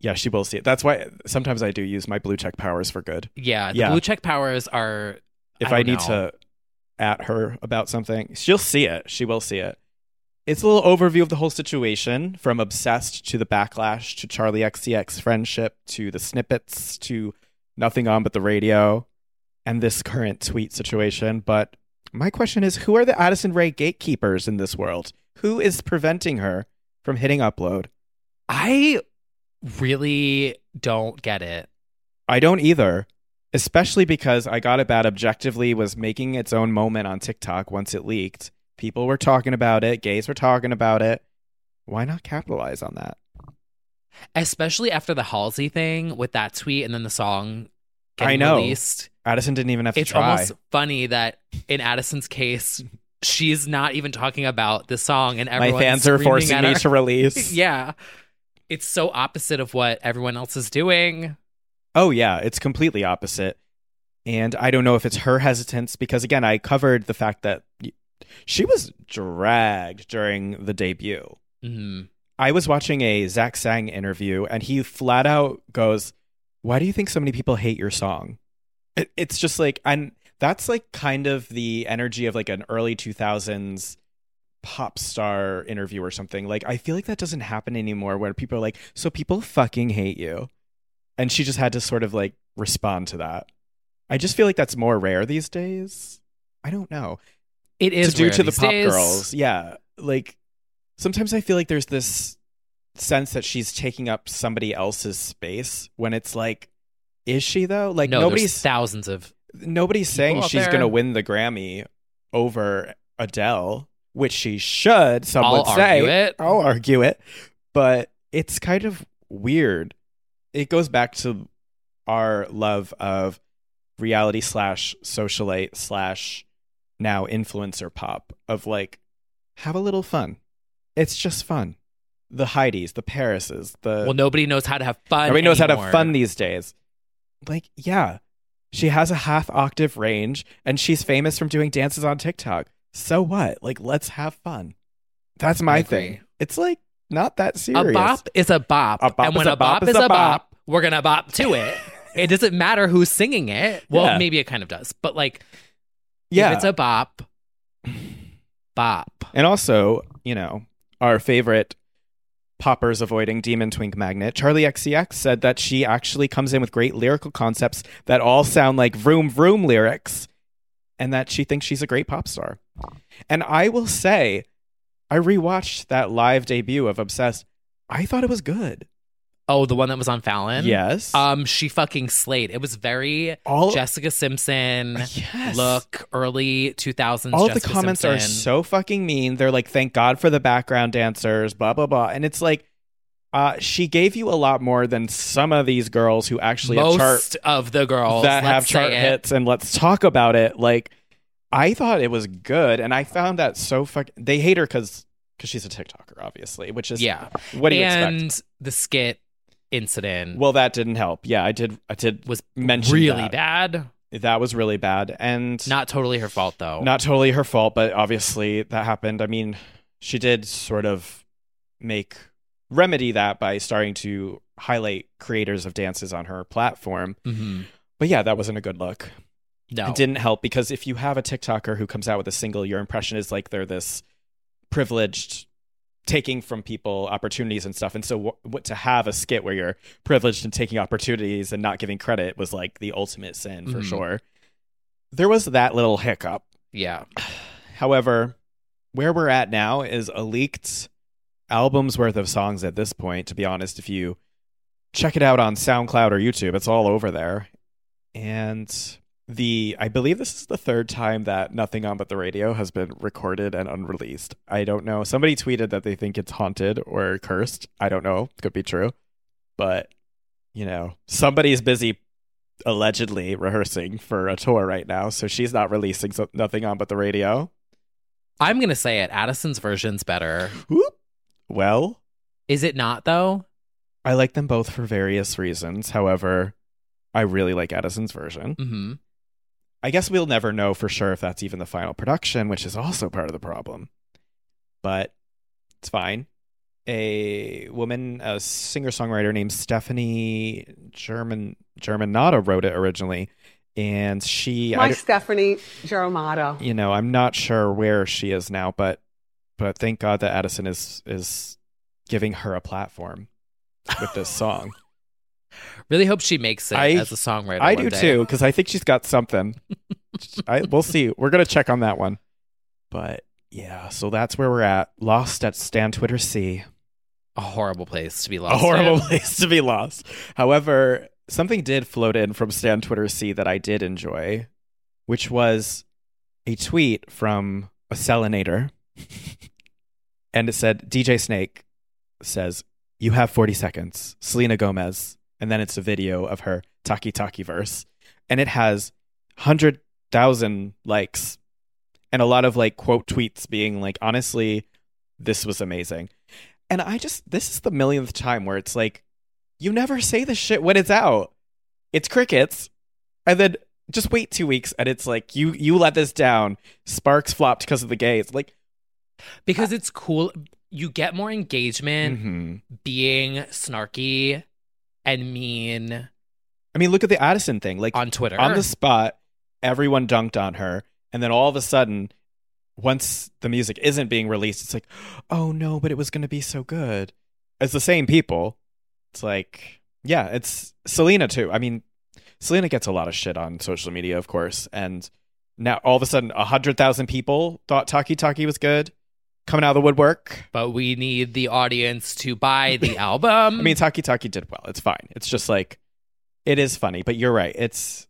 S4: Yeah, she will see it. That's why sometimes I do use my blue check powers for good.
S3: Yeah, the
S4: Yeah.
S3: blue check powers are.
S4: If
S3: I
S4: I,
S3: don't
S4: need
S3: know.
S4: to at her about something, she'll see it. She will see it. It's a little overview of the whole situation from obsessed to the backlash to Charlie XCX friendship to the snippets to nothing on but the radio and this current tweet situation. But my question is who are the Addison Ray gatekeepers in this world? Who is preventing her from hitting upload?
S3: I really don't get it.
S4: I don't either, especially because I Got It Bad objectively was making its own moment on TikTok once it leaked. People were talking about it, gays were talking about it. Why not capitalize on that?
S3: Especially after the Halsey thing with that tweet and then the song getting
S4: I know.
S3: released.
S4: Addison didn't even have to
S3: It's
S4: try.
S3: almost funny that in Addison's case, she's not even talking about the song and
S4: My
S3: everyone's
S4: fans are
S3: screaming
S4: forcing
S3: at
S4: me
S3: her.
S4: to release.
S3: yeah. It's so opposite of what everyone else is doing.
S4: Oh yeah, it's completely opposite. And I don't know if it's her hesitance because again, I covered the fact that y- she was dragged during the debut.
S3: Mhm.
S4: I was watching a Zach Sang interview, and he flat out goes, "Why do you think so many people hate your song?" It, it's just like, and that's like kind of the energy of like an early two thousands pop star interview or something. Like, I feel like that doesn't happen anymore, where people are like, "So people fucking hate you," and she just had to sort of like respond to that. I just feel like that's more rare these days. I don't know
S3: It is
S4: to do
S3: rare
S4: to the
S3: these
S4: pop
S3: days.
S4: girls. Yeah, like sometimes I feel like there's this sense that she's taking up somebody else's space when it's like, is she though? Like
S3: no, there's
S4: nobody's
S3: thousands of
S4: nobody's saying
S3: people out
S4: she's
S3: there.
S4: gonna win the Grammy over Adele, which she should. Some
S3: I'll
S4: would say.
S3: argue it.
S4: I'll argue it, but it's kind of weird. It goes back to our love of reality slash socialite slash now influencer pop of like have a little fun. It's just fun. The Heidis, the Parises, the
S3: well, nobody knows how to have fun.
S4: Everybody uh, knows how
S3: anymore.
S4: to fun these days. Like, yeah, she has a half octave range and she's famous from doing dances on TikTok. So what? Like, let's have fun. That's
S3: I
S4: my
S3: agree.
S4: thing. It's like not that serious.
S3: A bop is a bop,
S4: A bop
S3: and
S4: is
S3: when
S4: a
S3: a bop,
S4: bop is
S3: is
S4: a
S3: a bop, we're gonna bop to it. it doesn't matter who's singing it. Well,
S4: Yeah.
S3: maybe it kind of does, but like,
S4: yeah.
S3: if it's a bop, bop.
S4: and also, you know, our favorite poppers avoiding demon twink magnet, Charlie XCX said that she actually comes in with great lyrical concepts that all sound like vroom vroom lyrics. and that she thinks she's a great pop star. And I will say, I rewatched that live debut of Obsessed. I thought it was good.
S3: Oh, the one that was on Fallon?
S4: Yes.
S3: Um, she fucking slayed. It was very
S4: All-
S3: Jessica Simpson
S4: Yes.
S3: look, early 2000s.
S4: All of the
S3: Jessica
S4: comments are
S3: Simpson.
S4: so fucking mean. They're like, thank God for the background dancers, blah, blah, blah. And it's like, uh, she gave you a lot more than some of these girls who actually have chart
S3: Most of the girls
S4: that have
S3: let's say
S4: chart
S3: it.
S4: hits and let's talk about it. Like, I thought it was good, and I found that so fuck. They hate her because she's a TikToker, obviously, which is
S3: Yeah.
S4: What do you
S3: and
S4: expect?
S3: the skit incident
S4: Well, that didn't help. Yeah, I did. I did
S3: was
S4: mention
S3: really
S4: that.
S3: bad.
S4: That was really bad, and
S3: Not totally her fault though.
S4: not totally her fault, but obviously that happened. I mean, she did sort of make remedy that by starting to highlight creators of dances on her platform.
S3: Mhm.
S4: But yeah, that wasn't a good look.
S3: No.
S4: It didn't help because if you have a TikToker who comes out with a single, your impression is like they're this privileged, taking from people opportunities and stuff. And so, what, what to have a skit where you're privileged and taking opportunities and not giving credit was like the ultimate sin for
S3: Mhm.
S4: sure. There was that little hiccup.
S3: Yeah.
S4: However, where we're at now is a leaked album's worth of songs at this point, to be honest. If you check it out on SoundCloud or YouTube, it's all over there. And the I believe this is the third time that Nothing On But the Radio has been recorded and unreleased. I don't know. Somebody tweeted that they think it's haunted or cursed. I don't know. Could be true. But, you know, somebody's busy allegedly rehearsing for a tour right now, so she's not releasing so- nothing on but the radio.
S3: I'm gonna say it. Addison's version's better.
S4: Whoop. Well,
S3: Is it not though?
S4: I like them both for various reasons. However, I really like Addison's version.
S3: Mm-hmm.
S4: I guess we'll never know for sure if that's even the final production, which is also part of the problem. But it's fine. A woman, a singer songwriter named Stephanie German Germanata wrote it originally, and she I
S8: My
S4: don't-
S8: Stephanie Germata.
S4: you know, I'm not sure where she is now, but but thank God that Addison is is giving her a platform with this song.
S3: Really hope she makes it
S4: I-
S3: as a songwriter.
S4: I
S3: one
S4: do
S3: day.
S4: too because I think she's got something. I we'll see. We're gonna check on that one. But yeah, so that's where we're at. Lost at Stan Twitter C.
S3: A horrible place to be
S4: A
S3: lost.
S4: horrible
S3: in.
S4: place to be lost. However, something did float in from Stan Twitter C that I did enjoy, which was a tweet from a Selinator. and it said, DJ Snake says, You have 40 seconds, Selena Gomez. And then it's a video of her Taki Taki verse. And it has 100,000 likes and a lot of like quote tweets being like, Honestly, this was amazing. And I just, this is the millionth time where it's like, you never say this shit when it's out. It's crickets. And then just wait two weeks and it's like, you you let this down. Sparks flopped because of the gays. Like,
S3: Because it's cool. You get more engagement
S4: mhm.
S3: being snarky and mean
S4: I mean, look at the Addison thing. Like
S3: on Twitter.
S4: on the spot, everyone dunked on her, and then all of a sudden, once the music isn't being released, it's like, oh no, but it was going to be so good. It's the same people. It's like, yeah, it's Selena too. I mean, Selena gets a lot of shit on social media, of course, and now all of a sudden, hundred thousand people thought Taki Taki was good, coming out of the woodwork.
S3: but we need the audience to buy the album.
S4: I mean, Taki Taki did well. It's fine. It's just like it is funny, but you're right. It's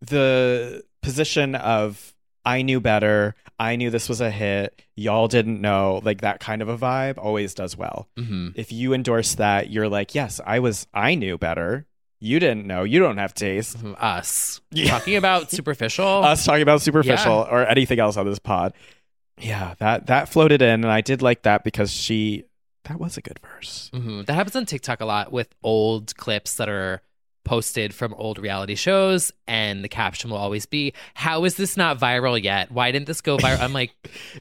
S4: the position of I knew better. I knew this was a hit. Y'all didn't know. Like that kind of a vibe always does well.
S3: Mhm.
S4: If you endorse that, you're like, yes, I was. I knew better. You didn't know. You don't have taste.
S3: From us
S4: Yeah.
S3: talking about superficial.
S4: Us talking about superficial or anything else on this pod. Yeah, that that floated in, and I did like that because she. That was a good verse.
S3: Mhm. That happens on TikTok a lot with old clips that are posted from old reality shows, and the caption will always be, "How is this not viral yet? Why didn't this go viral?" I'm like,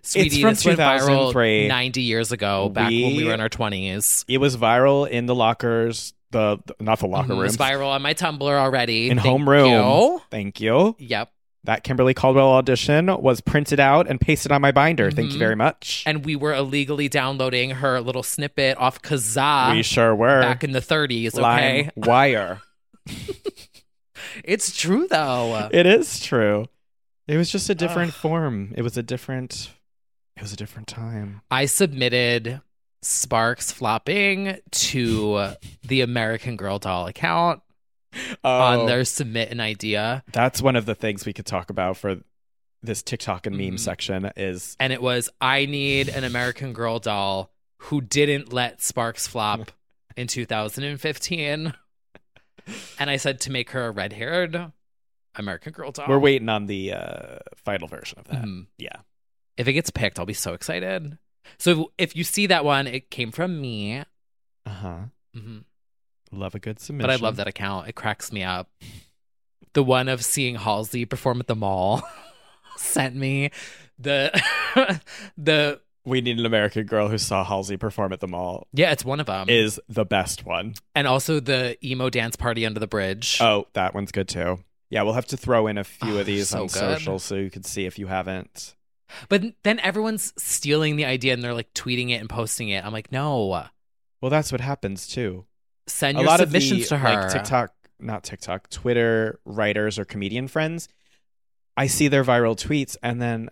S3: "Sweetie,
S4: from
S3: this went viral
S4: 2003.
S3: 90 years ago, back when we
S4: We-
S3: were in our 20s.
S4: It was viral in the lockers, the the- not the locker
S3: Mhm.
S4: rooms,
S3: It's viral on my Tumblr already.
S4: in
S3: Thank
S4: homeroom. Thank you.
S3: you. Yep,
S4: That Kimberly Caldwell audition was printed out and pasted on my binder. Thank you
S3: Mhm.
S4: very much.
S3: and we were illegally downloading her little snippet off
S4: we
S3: Kazaa
S4: sure were.
S3: uh, back in the 30s.
S4: Lime
S3: Okay,
S4: wire.
S3: it's true though.
S4: it is true. It was just a different form. It was a different. It was a different time.
S3: I submitted Sparks flopping to the American Girl doll account
S4: Oh.
S3: on their submit an idea,
S4: That's one of the things we could talk about for this TikTok and meme
S3: Mm-hmm.
S4: section is
S3: and it was I need an American Girl doll who didn't let Sparks flop in 2015, and I said to make her a red-haired American Girl doll.
S4: we're waiting on the uh, final version of that.
S3: Mhm.
S4: Yeah.
S3: If it gets picked, I'll be so excited. So if, if you see that one, it came from me.
S4: Uh huh.
S3: Mhm.
S4: Love a good submission.
S3: But I love that account. It cracks me up. The one of seeing Halsey perform at the mall sent me the the
S4: We need an American girl who saw Halsey perform at the mall
S3: yeah, it's one of them.
S4: is the best one.
S3: and also the emo dance party under the bridge.
S4: Oh, that one's good too. Yeah, we'll have to throw in a few
S3: Oh,
S4: of these
S3: so
S4: on
S3: good.
S4: social so you can see if you haven't.
S3: But then everyone's stealing the idea and they're like tweeting it and posting it. I'm like, no,
S4: Well, that's what happens too.
S3: send
S4: a
S3: your
S4: lot
S3: submissions
S4: of the,
S3: to her.
S4: Like TikTok, not TikTok, Twitter writers or comedian friends. I see their viral tweets and then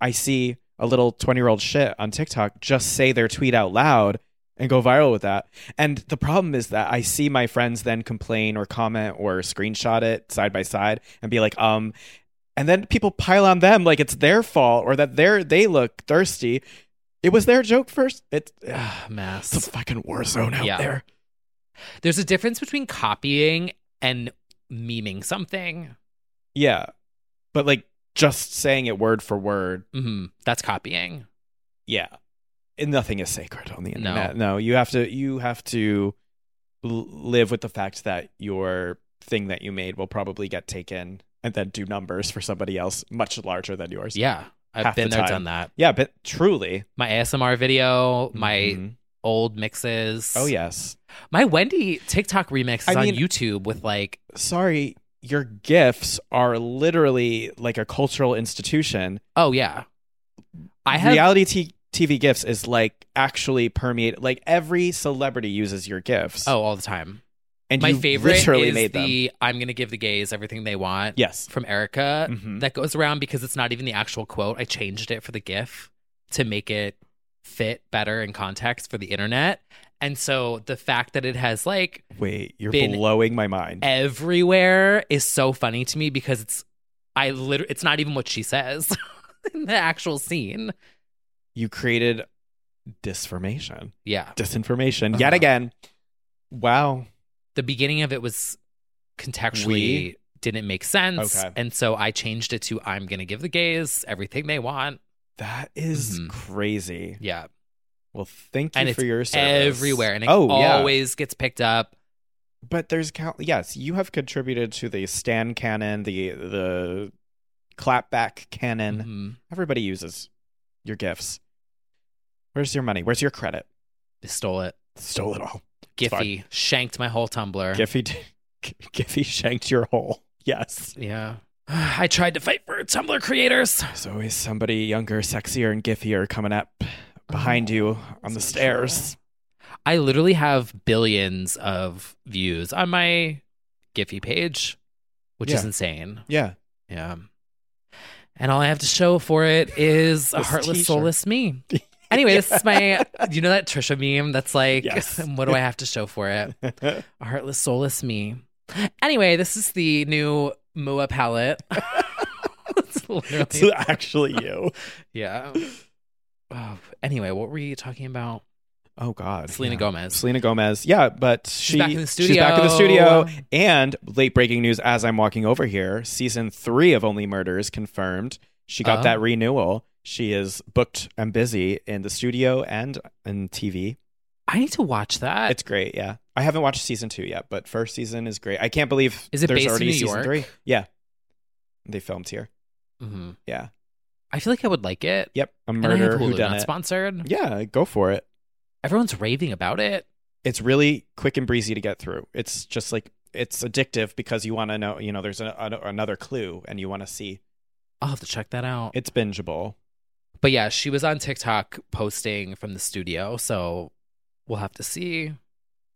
S4: I see a little 20 year old shit on TikTok just say their tweet out loud and go viral with that. And the problem is that I see my friends then complain or comment or screenshot it side by side and be like, um, and then people pile on them like it's their fault or that they're they look thirsty. It was their joke first. It's,
S3: Ugh, mess.
S4: it's a fucking war zone out
S3: Yeah.
S4: there.
S3: There's a difference between copying and memeing something.
S4: Yeah. But like just saying it word for word,
S3: hmm That's copying.
S4: yeah. And nothing is sacred on the
S3: No.
S4: internet. No, you have to you have to l- live with the fact that your thing that you made will probably get taken and then do numbers for somebody else much larger than yours.
S3: Yeah. I've
S4: Half the
S3: been there,
S4: time.
S3: done that.
S4: Yeah, but truly.
S3: My ASMR video, my
S4: Mhm.
S3: old mixes.
S4: Oh yes.
S3: My Wendy TikTok remix is
S4: I
S3: on
S4: mean-
S3: YouTube with like
S4: Sorry, your gifts are literally like a cultural institution.
S3: oh yeah. I have
S4: reality t- TV gifts is like actually permeate like every celebrity uses your gifts.
S3: oh all the time.
S4: and
S3: My
S4: you
S3: favorite
S4: literally
S3: is
S4: made them.
S3: the I'm gonna give the gays everything they want.
S4: Yes.
S3: From Erica
S4: Mhm.
S3: that goes around because it's not even the actual quote. I changed it for the GIF to make it fit better in context for the internet. And so the fact that it has like
S4: Wait, you're
S3: been-
S4: blowing my mind.
S3: everywhere is so funny to me because it's I literally it's not even what she says in the actual scene.
S4: You created disformation,
S3: Yeah.
S4: disinformation
S3: Uh-huh.
S4: yet again. Wow.
S3: The beginning of it was contextually
S4: We-
S3: didn't make sense.
S4: Okay.
S3: And so I changed it to I'm gonna give the gays everything they want.
S4: That is
S3: Mhm.
S4: crazy.
S3: Yeah.
S4: Well, thank you
S3: And
S4: for
S3: it's
S4: your service.
S3: everywhere. And it
S4: oh, yeah.
S3: always gets picked up.
S4: But there's count. Yes, you have contributed to the Stan canon, the the clapback canon.
S3: Mhm.
S4: Everybody uses your gifts. Where's your money? Where's your credit?
S3: They stole it.
S4: Stole it all. It's fine.
S3: Giphy shanked my whole Tumblr.
S4: Giffy, Giffy shanked your hole. Yes.
S3: Yeah. I tried to fight for Tumblr creators.
S4: There's always somebody younger, sexier, and giffier coming up behind you on the stairs.
S3: I literally have billions of views on my Giphy page, which is
S4: Yeah.
S3: insane.
S4: Yeah.
S3: Yeah. And all I have to show for it is a
S4: This
S3: heartless,
S4: t-shirt.
S3: soulless me. Anyway, this is my, you know, that Trisha meme that's like,
S4: Yes.
S3: what do I have to show for it? A heartless, soulless me. Anyway, this is the new Mua palette. It's literally-
S4: It's actually you.
S3: yeah. Oh, anyway, what were you talking about?
S4: Oh God.
S3: Selena
S4: yeah.
S3: Gomez.
S4: Selena Gomez. Yeah, but she,
S3: back in the
S4: She's back in the
S3: studio.
S4: studio. And late breaking news as I'm walking over here, season three of Only Murders confirmed. She got
S3: Oh.
S4: that renewal. She is booked and busy in the studio and in TV.
S3: I need to watch that.
S4: It's great, yeah. I haven't watched season two yet, but first season is great. I can't believe
S3: Is it
S4: there's
S3: based in
S4: already
S3: New
S4: season
S3: York?
S4: three. Yeah. They filmed here.
S3: Mhm.
S4: Yeah.
S3: I feel like I would like it.
S4: Yep. A
S3: And I have
S4: murder
S3: Hulu,
S4: who done
S3: not
S4: it.
S3: sponsored.
S4: Yeah, go for it.
S3: Everyone's raving about it.
S4: It's really quick and breezy to get through. It's just like it's addictive because you want to know, you know, there's a, a- another clue and you want to see.
S3: I'll have to check that out.
S4: It's bingeable.
S3: but yeah, she was on TikTok posting from the studio, so we'll have to see.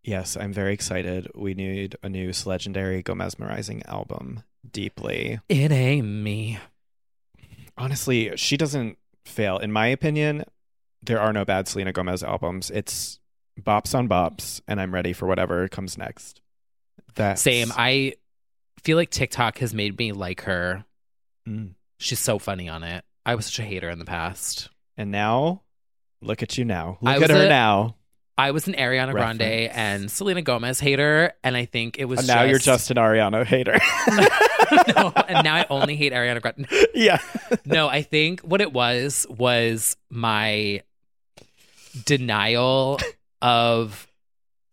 S4: Yes, I'm very excited. We need a new legendary go mesmerizing album deeply.
S3: It ain't me.
S4: honestly, she doesn't fail. In my opinion, there are no bad Selena Gomez albums. It's bops on bops, and I'm ready for whatever comes next. That
S3: Same. I feel like TikTok has made me like her.
S4: mm.
S3: She's so funny on it. I was such a hater in the past.
S4: And now, look at you now.
S3: I
S4: Look at
S3: was
S4: her
S3: a-
S4: now.
S3: I was an Ariana Grande
S4: Reference.
S3: and Selena Gomez hater, and I think it was
S4: And now
S3: just,
S4: you're just an Ariana hater.
S3: no, and now I only hate Ariana Grande.
S4: yeah.
S3: No, I think what it was was my denial of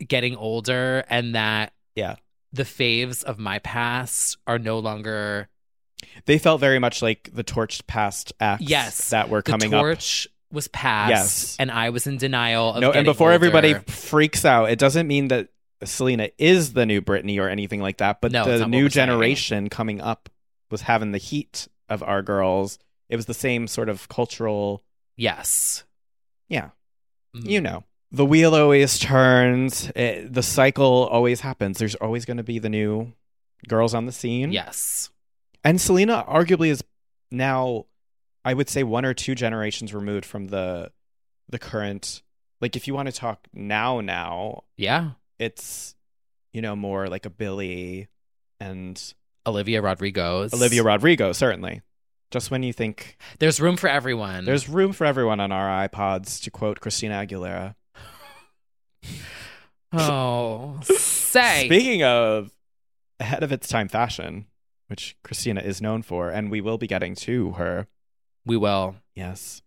S3: getting older and that
S4: Yeah.
S3: the faves of my past are no longer
S4: They felt very much like the torched past acts
S3: Yes.
S4: that were coming
S3: the
S4: up.
S3: torch was passed
S4: Yes.
S3: and I was in denial of
S4: No, and
S3: getting
S4: before everybody
S3: older.
S4: freaks out, it doesn't mean that Selena is the new Britney or anything like that, but
S3: No, that's
S4: the
S3: not what we're
S4: new
S3: saying.
S4: generation coming up was having the heat of our girls. It was the same sort of cultural,
S3: Yes.
S4: yeah,
S3: Mm.
S4: you know. The wheel always turns, it, the cycle always happens. There's always going to be the new girls on the scene.
S3: Yes.
S4: And Selena arguably is now, I would say, one or two generations removed from the the current. Like, if you want to talk now, now
S3: Yeah.
S4: it's you know more like a Billy and
S3: Olivia Rodrigo's.
S4: Olivia Rodrigo, certainly. Just when you think
S3: There's room for everyone.
S4: there's room for everyone on our iPods, to quote Christina Aguilera.
S3: Oh, say.
S4: Speaking of ahead of its time fashion, which Christina is known for, and we will be getting to her.
S3: we will.
S4: Yes.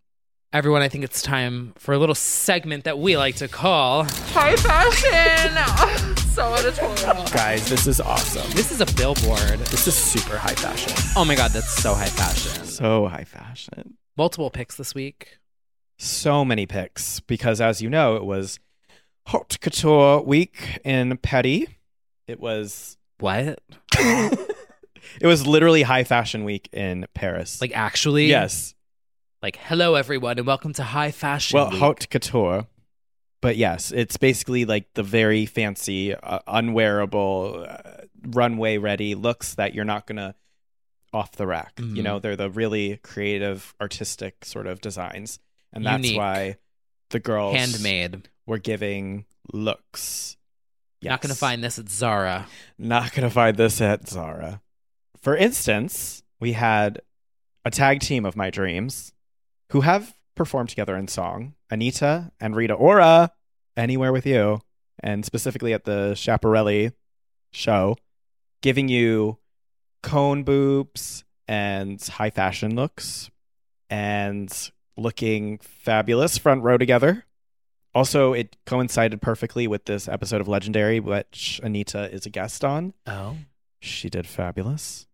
S3: Everyone, I think it's time for a little segment that we like to call.
S7: High fashion. so editorial.
S9: Guys, this is awesome.
S3: This is a billboard.
S9: This is super high fashion.
S3: Oh my God, that's so high fashion.
S4: So high fashion.
S3: Multiple picks this week.
S4: so many picks because, as you know, it was Haute Couture Week in Petty. It was
S3: What?
S4: it was literally High Fashion Week in Paris.
S3: Like, actually?
S4: yes,
S3: Like, hello, everyone, and welcome to High Fashion.
S4: well,
S3: Week.
S4: Haute Couture. But yes, it's basically like the very fancy, uh, unwearable, uh, runway ready looks that you're not gonna off the rack. You
S3: Mhm.
S4: know, they're the really creative, artistic sort of designs, and that's
S3: Unique.
S4: why the girls
S3: handmade.
S4: We're giving looks.
S3: Not going to
S4: Yes.
S3: find this at Zara.
S4: Not gonna find this at Zara. For instance, we had a tag team of my dreams who have performed together in song. Anita and Rita Ora, anywhere with you, and specifically at the Chaparelli show, giving you cone boobs and high fashion looks and looking fabulous front row together. Also, it coincided perfectly with this episode of Legendary, which Anita is a guest on.
S3: Oh.
S4: She did fabulous.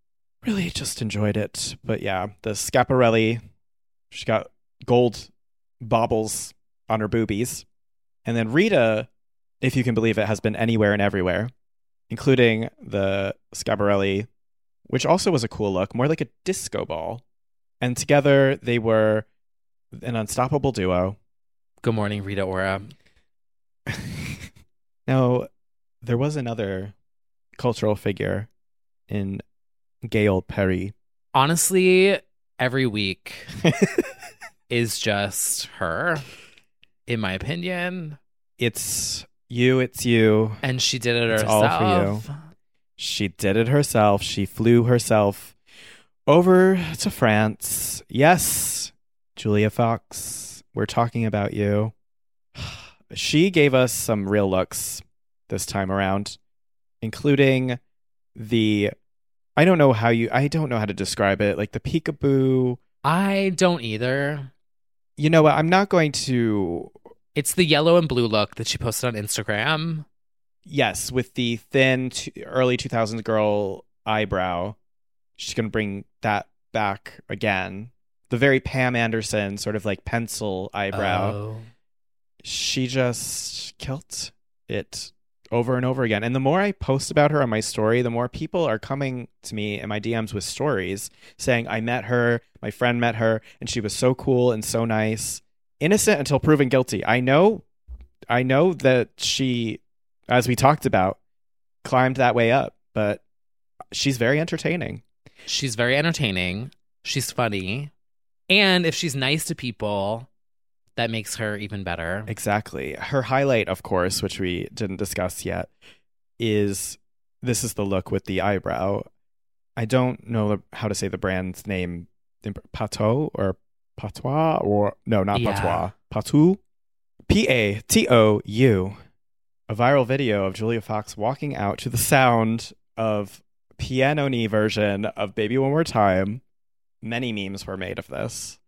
S4: Really just enjoyed it. But yeah, the Scaparelli, she got gold baubles on her boobies. And then Rita, if you can believe it, has been anywhere and everywhere, including the Scaparelli, which also was a cool look, more like a disco ball. And together they were an unstoppable duo.
S3: Good morning, Rita Ora.
S4: Now, there was another cultural figure in Gail Perry.
S3: Honestly, every week is just her, in my opinion.
S4: It's you, it's you.
S3: And she did it
S4: It's all for
S3: herself.
S4: She did it herself. She flew herself over to France. Yes, Julia Fox, we're talking about you. She gave us some real looks this time around, including the I don't know how you I don't know how to describe it, like the peekaboo.
S3: I don't either.
S4: You know what? I'm not going to
S3: It's the yellow and blue look that she posted on Instagram.
S4: yes, with the thin t- early 2000s girl eyebrow, she's going to bring that back again. The very Pam Anderson sort of like pencil eyebrow.
S3: Oh.
S4: She just killed it over and over again. And the more I post about her on my story, the more people are coming to me in my DMs with stories saying, I met her, my friend met her, and she was so cool and so nice. Innocent until proven guilty. I know I know that she, as we talked about, climbed that way up, but she's very entertaining.
S3: She's very entertaining. She's funny. And if she's nice to people, that makes her even better.
S4: Exactly. Her highlight, of course, which we didn't discuss yet, is this is the look with the eyebrow. I don't know how to say the brand's name, Pateau or Patois or no, not
S3: Yeah.
S4: Patois, Patou, P A T O U. A viral video of Julia Fox walking out to the sound of pianoni version of "Baby One More Time." Many memes were made of this.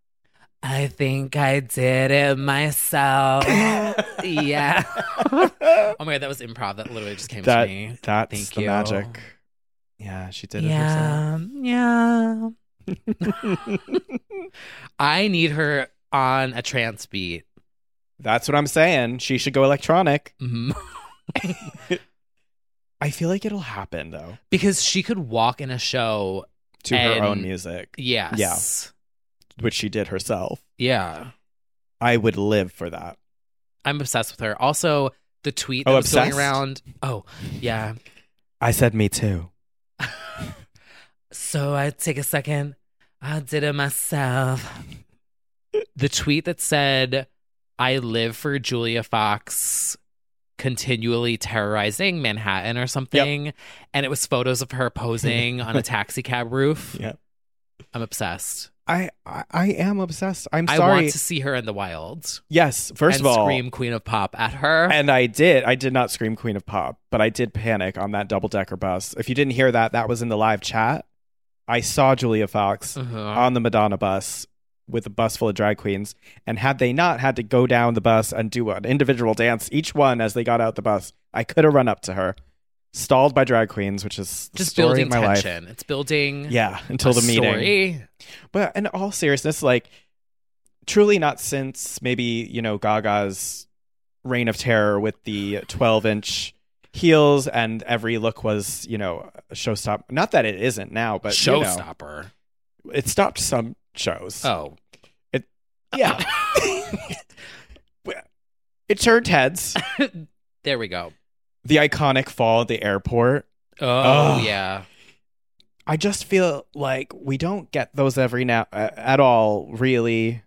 S3: I think I did it myself. yeah. oh my god, that was improv. That literally just came
S4: That
S3: to me.
S4: that's
S3: Thank
S4: the
S3: you.
S4: magic. Yeah, she did it herself.
S3: Yeah. Yeah. I need her on a trance beat.
S4: That's what I'm saying. She should go electronic.
S3: Mhm.
S4: I feel like it'll happen though.
S3: because she could walk in a show
S4: To her own
S3: and-
S4: music.
S3: Yes.
S4: Which she did herself.
S3: Yeah.
S4: I would live for that.
S3: I'm obsessed with her. Also, the tweet that
S4: Oh,
S3: was going
S4: obsessed?
S3: around. Oh, yeah.
S4: I said me too.
S3: So I take a second. I did it myself. the tweet that said, I live for Julia Fox continually terrorizing Manhattan or something. And it was photos of her posing on a taxi cab roof.
S4: Yep.
S3: I'm obsessed.
S4: I I, I am obsessed. I'm
S3: I
S4: sorry.
S3: want to see her in the wild.
S4: yes, first
S3: and
S4: of all.
S3: scream Queen of Pop at her.
S4: And I did. I did not scream Queen of Pop, but I did panic on that double decker bus. If you didn't hear that, that was in the live chat. I saw Julia Fox
S3: Uh-huh.
S4: on the Madonna bus with a bus full of drag queens. And had they not had to go down the bus and do an individual dance, each one as they got out the bus, I could have run up to her, stalled by drag queens, which is the
S3: Just
S4: story
S3: building
S4: of my life.
S3: tension. It's building.
S4: Yeah, until
S3: a
S4: the meeting.
S3: story.
S4: But in all seriousness, like truly not since maybe, you know, Gaga's reign of terror with the 12 inch heels and every look was, you know, a showstop. Not that it isn't now, but you know,
S3: showstopper.
S4: it stopped some shows.
S3: Oh,
S4: Yeah. it turned heads.
S3: there we go.
S4: The iconic fall at the airport.
S3: Oh,
S4: Ugh.
S3: yeah.
S4: I just feel like we don't get those every now uh, at all, really,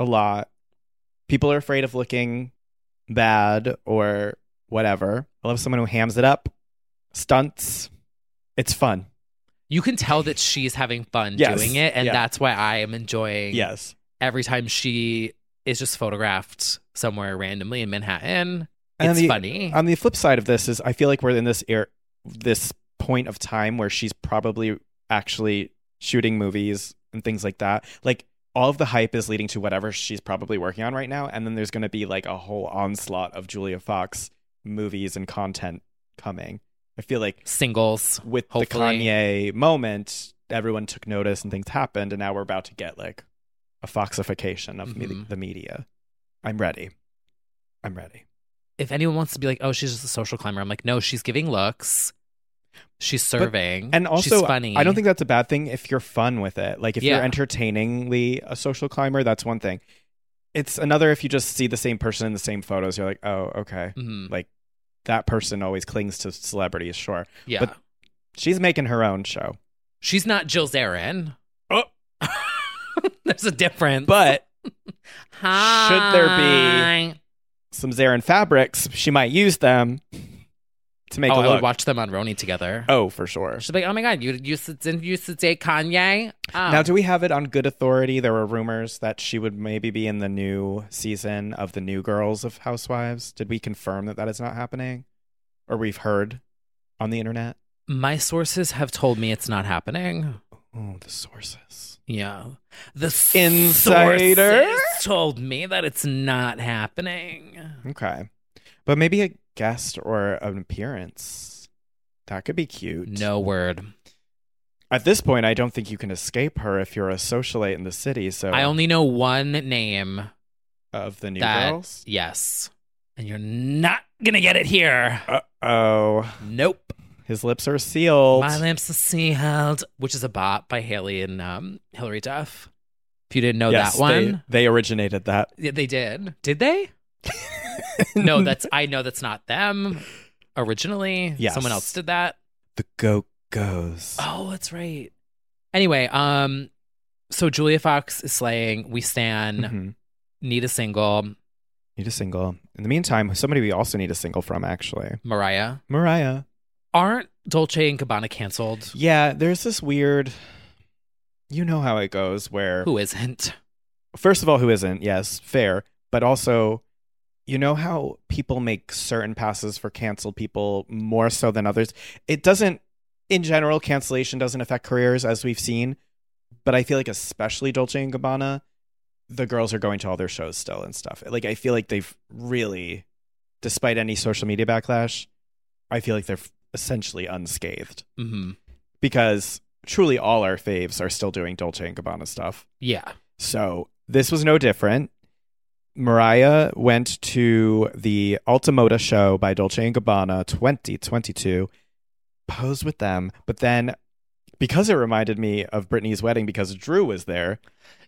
S4: a lot. People are afraid of looking bad or whatever. I love someone who hams it up, stunts. It's fun.
S3: You can tell that she's having fun
S4: Yes.
S3: doing it, and
S4: Yeah.
S3: that's why I am enjoying
S4: Yes.
S3: every time she is just photographed somewhere randomly in Manhattan.
S4: And
S3: it's
S4: the-
S3: funny.
S4: On the flip side of this is I feel like we're in this air this point of time where she's probably actually shooting movies and things like that. Like all of the hype is leading to whatever she's probably working on right now and then there's going to be like a whole onslaught of Julia Fox movies and content coming. I feel like
S3: Singles.
S4: with
S3: Hopefully.
S4: the Kanye moment, everyone took notice and things happened and now we're about to get like a foxification of me-
S3: Mhm.
S4: the media. I'm ready. I'm ready.
S3: If anyone wants to be like, oh, she's just a social climber, I'm like, no, she's giving looks. She's serving.
S4: Mm-hmm. And also,
S3: she's funny.
S4: I don't think that's a bad thing if you're fun with it. Like if
S3: Yeah.
S4: you're entertainingly a social climber, that's one thing. It's another if you just see the same person in the same photos, you're like, oh, okay.
S3: Mhm.
S4: Like that person always clings to celebrities, sure.
S3: Yeah.
S4: but- She's making her own show.
S3: she's not Jill Zarin. Oh. There's a difference.
S4: But
S3: Hi.
S4: there some Zarin fabrics, she might use them to make
S3: oh,
S4: a
S3: I
S4: look.
S3: would watch them on Roni together.
S4: oh, for sure.
S3: She's like, oh my god, you used to didn't you used to date Kanye. Oh.
S4: Now, do we have it on good authority? There were rumors that she would maybe be in the new season of the new girls of Housewives. Did we confirm that that is not happening? Or we've heard on the internet?
S3: my sources have told me it's not happening.
S4: Oh, the sources.
S3: Yeah, the
S4: Insider?
S3: sources told me that it's not happening.
S4: Okay. But maybe a guest or an appearance. That could be cute.
S3: No word.
S4: At this point, I don't think you can escape her if you're a socialite in the city. So
S3: I only know one name.
S4: of the new
S3: that
S4: girls.
S3: yes, and you're not gonna get it here.
S4: Uh oh,
S3: Nope.
S4: his lips are sealed.
S3: My lips are sealed, which is a bop by Haley and um, Hillary Duff. If you didn't know
S4: Yes,
S3: that one,
S4: They, they originated that.
S3: Yeah, they did. Did they? no, that's I know that's not them originally.
S4: Yes.
S3: Someone else did that.
S4: The goat goes.
S3: Oh, that's right. Anyway, um So Julia Fox is slaying. We stand.
S4: Mhm.
S3: Need a single.
S4: Need a single. In the meantime, somebody we also need a single from, actually.
S3: Mariah.
S4: Mariah.
S3: Aren't Dolce and Gabbana canceled?
S4: Yeah, there's this weird. You know how it goes where.
S3: Who isn't?
S4: First of all, who isn't? Yes, fair. But also, you know how people make certain passes for canceled people more so than others? It doesn't, in general, cancellation doesn't affect careers as we've seen. But I feel like, especially Dolce and Gabbana, the girls are going to all their shows still and stuff. Like, I feel like they've really, despite any social media backlash, I feel like they're f- essentially unscathed
S3: Mm-hmm.
S4: because truly all our faves are still doing Dolce and Gabbana stuff.
S3: Yeah.
S4: So this was no different. Mariah went to the Ultimoda show by Dolce and Gabbana 2022, posed with them, but then because it reminded me of Britney's wedding because Drew was there.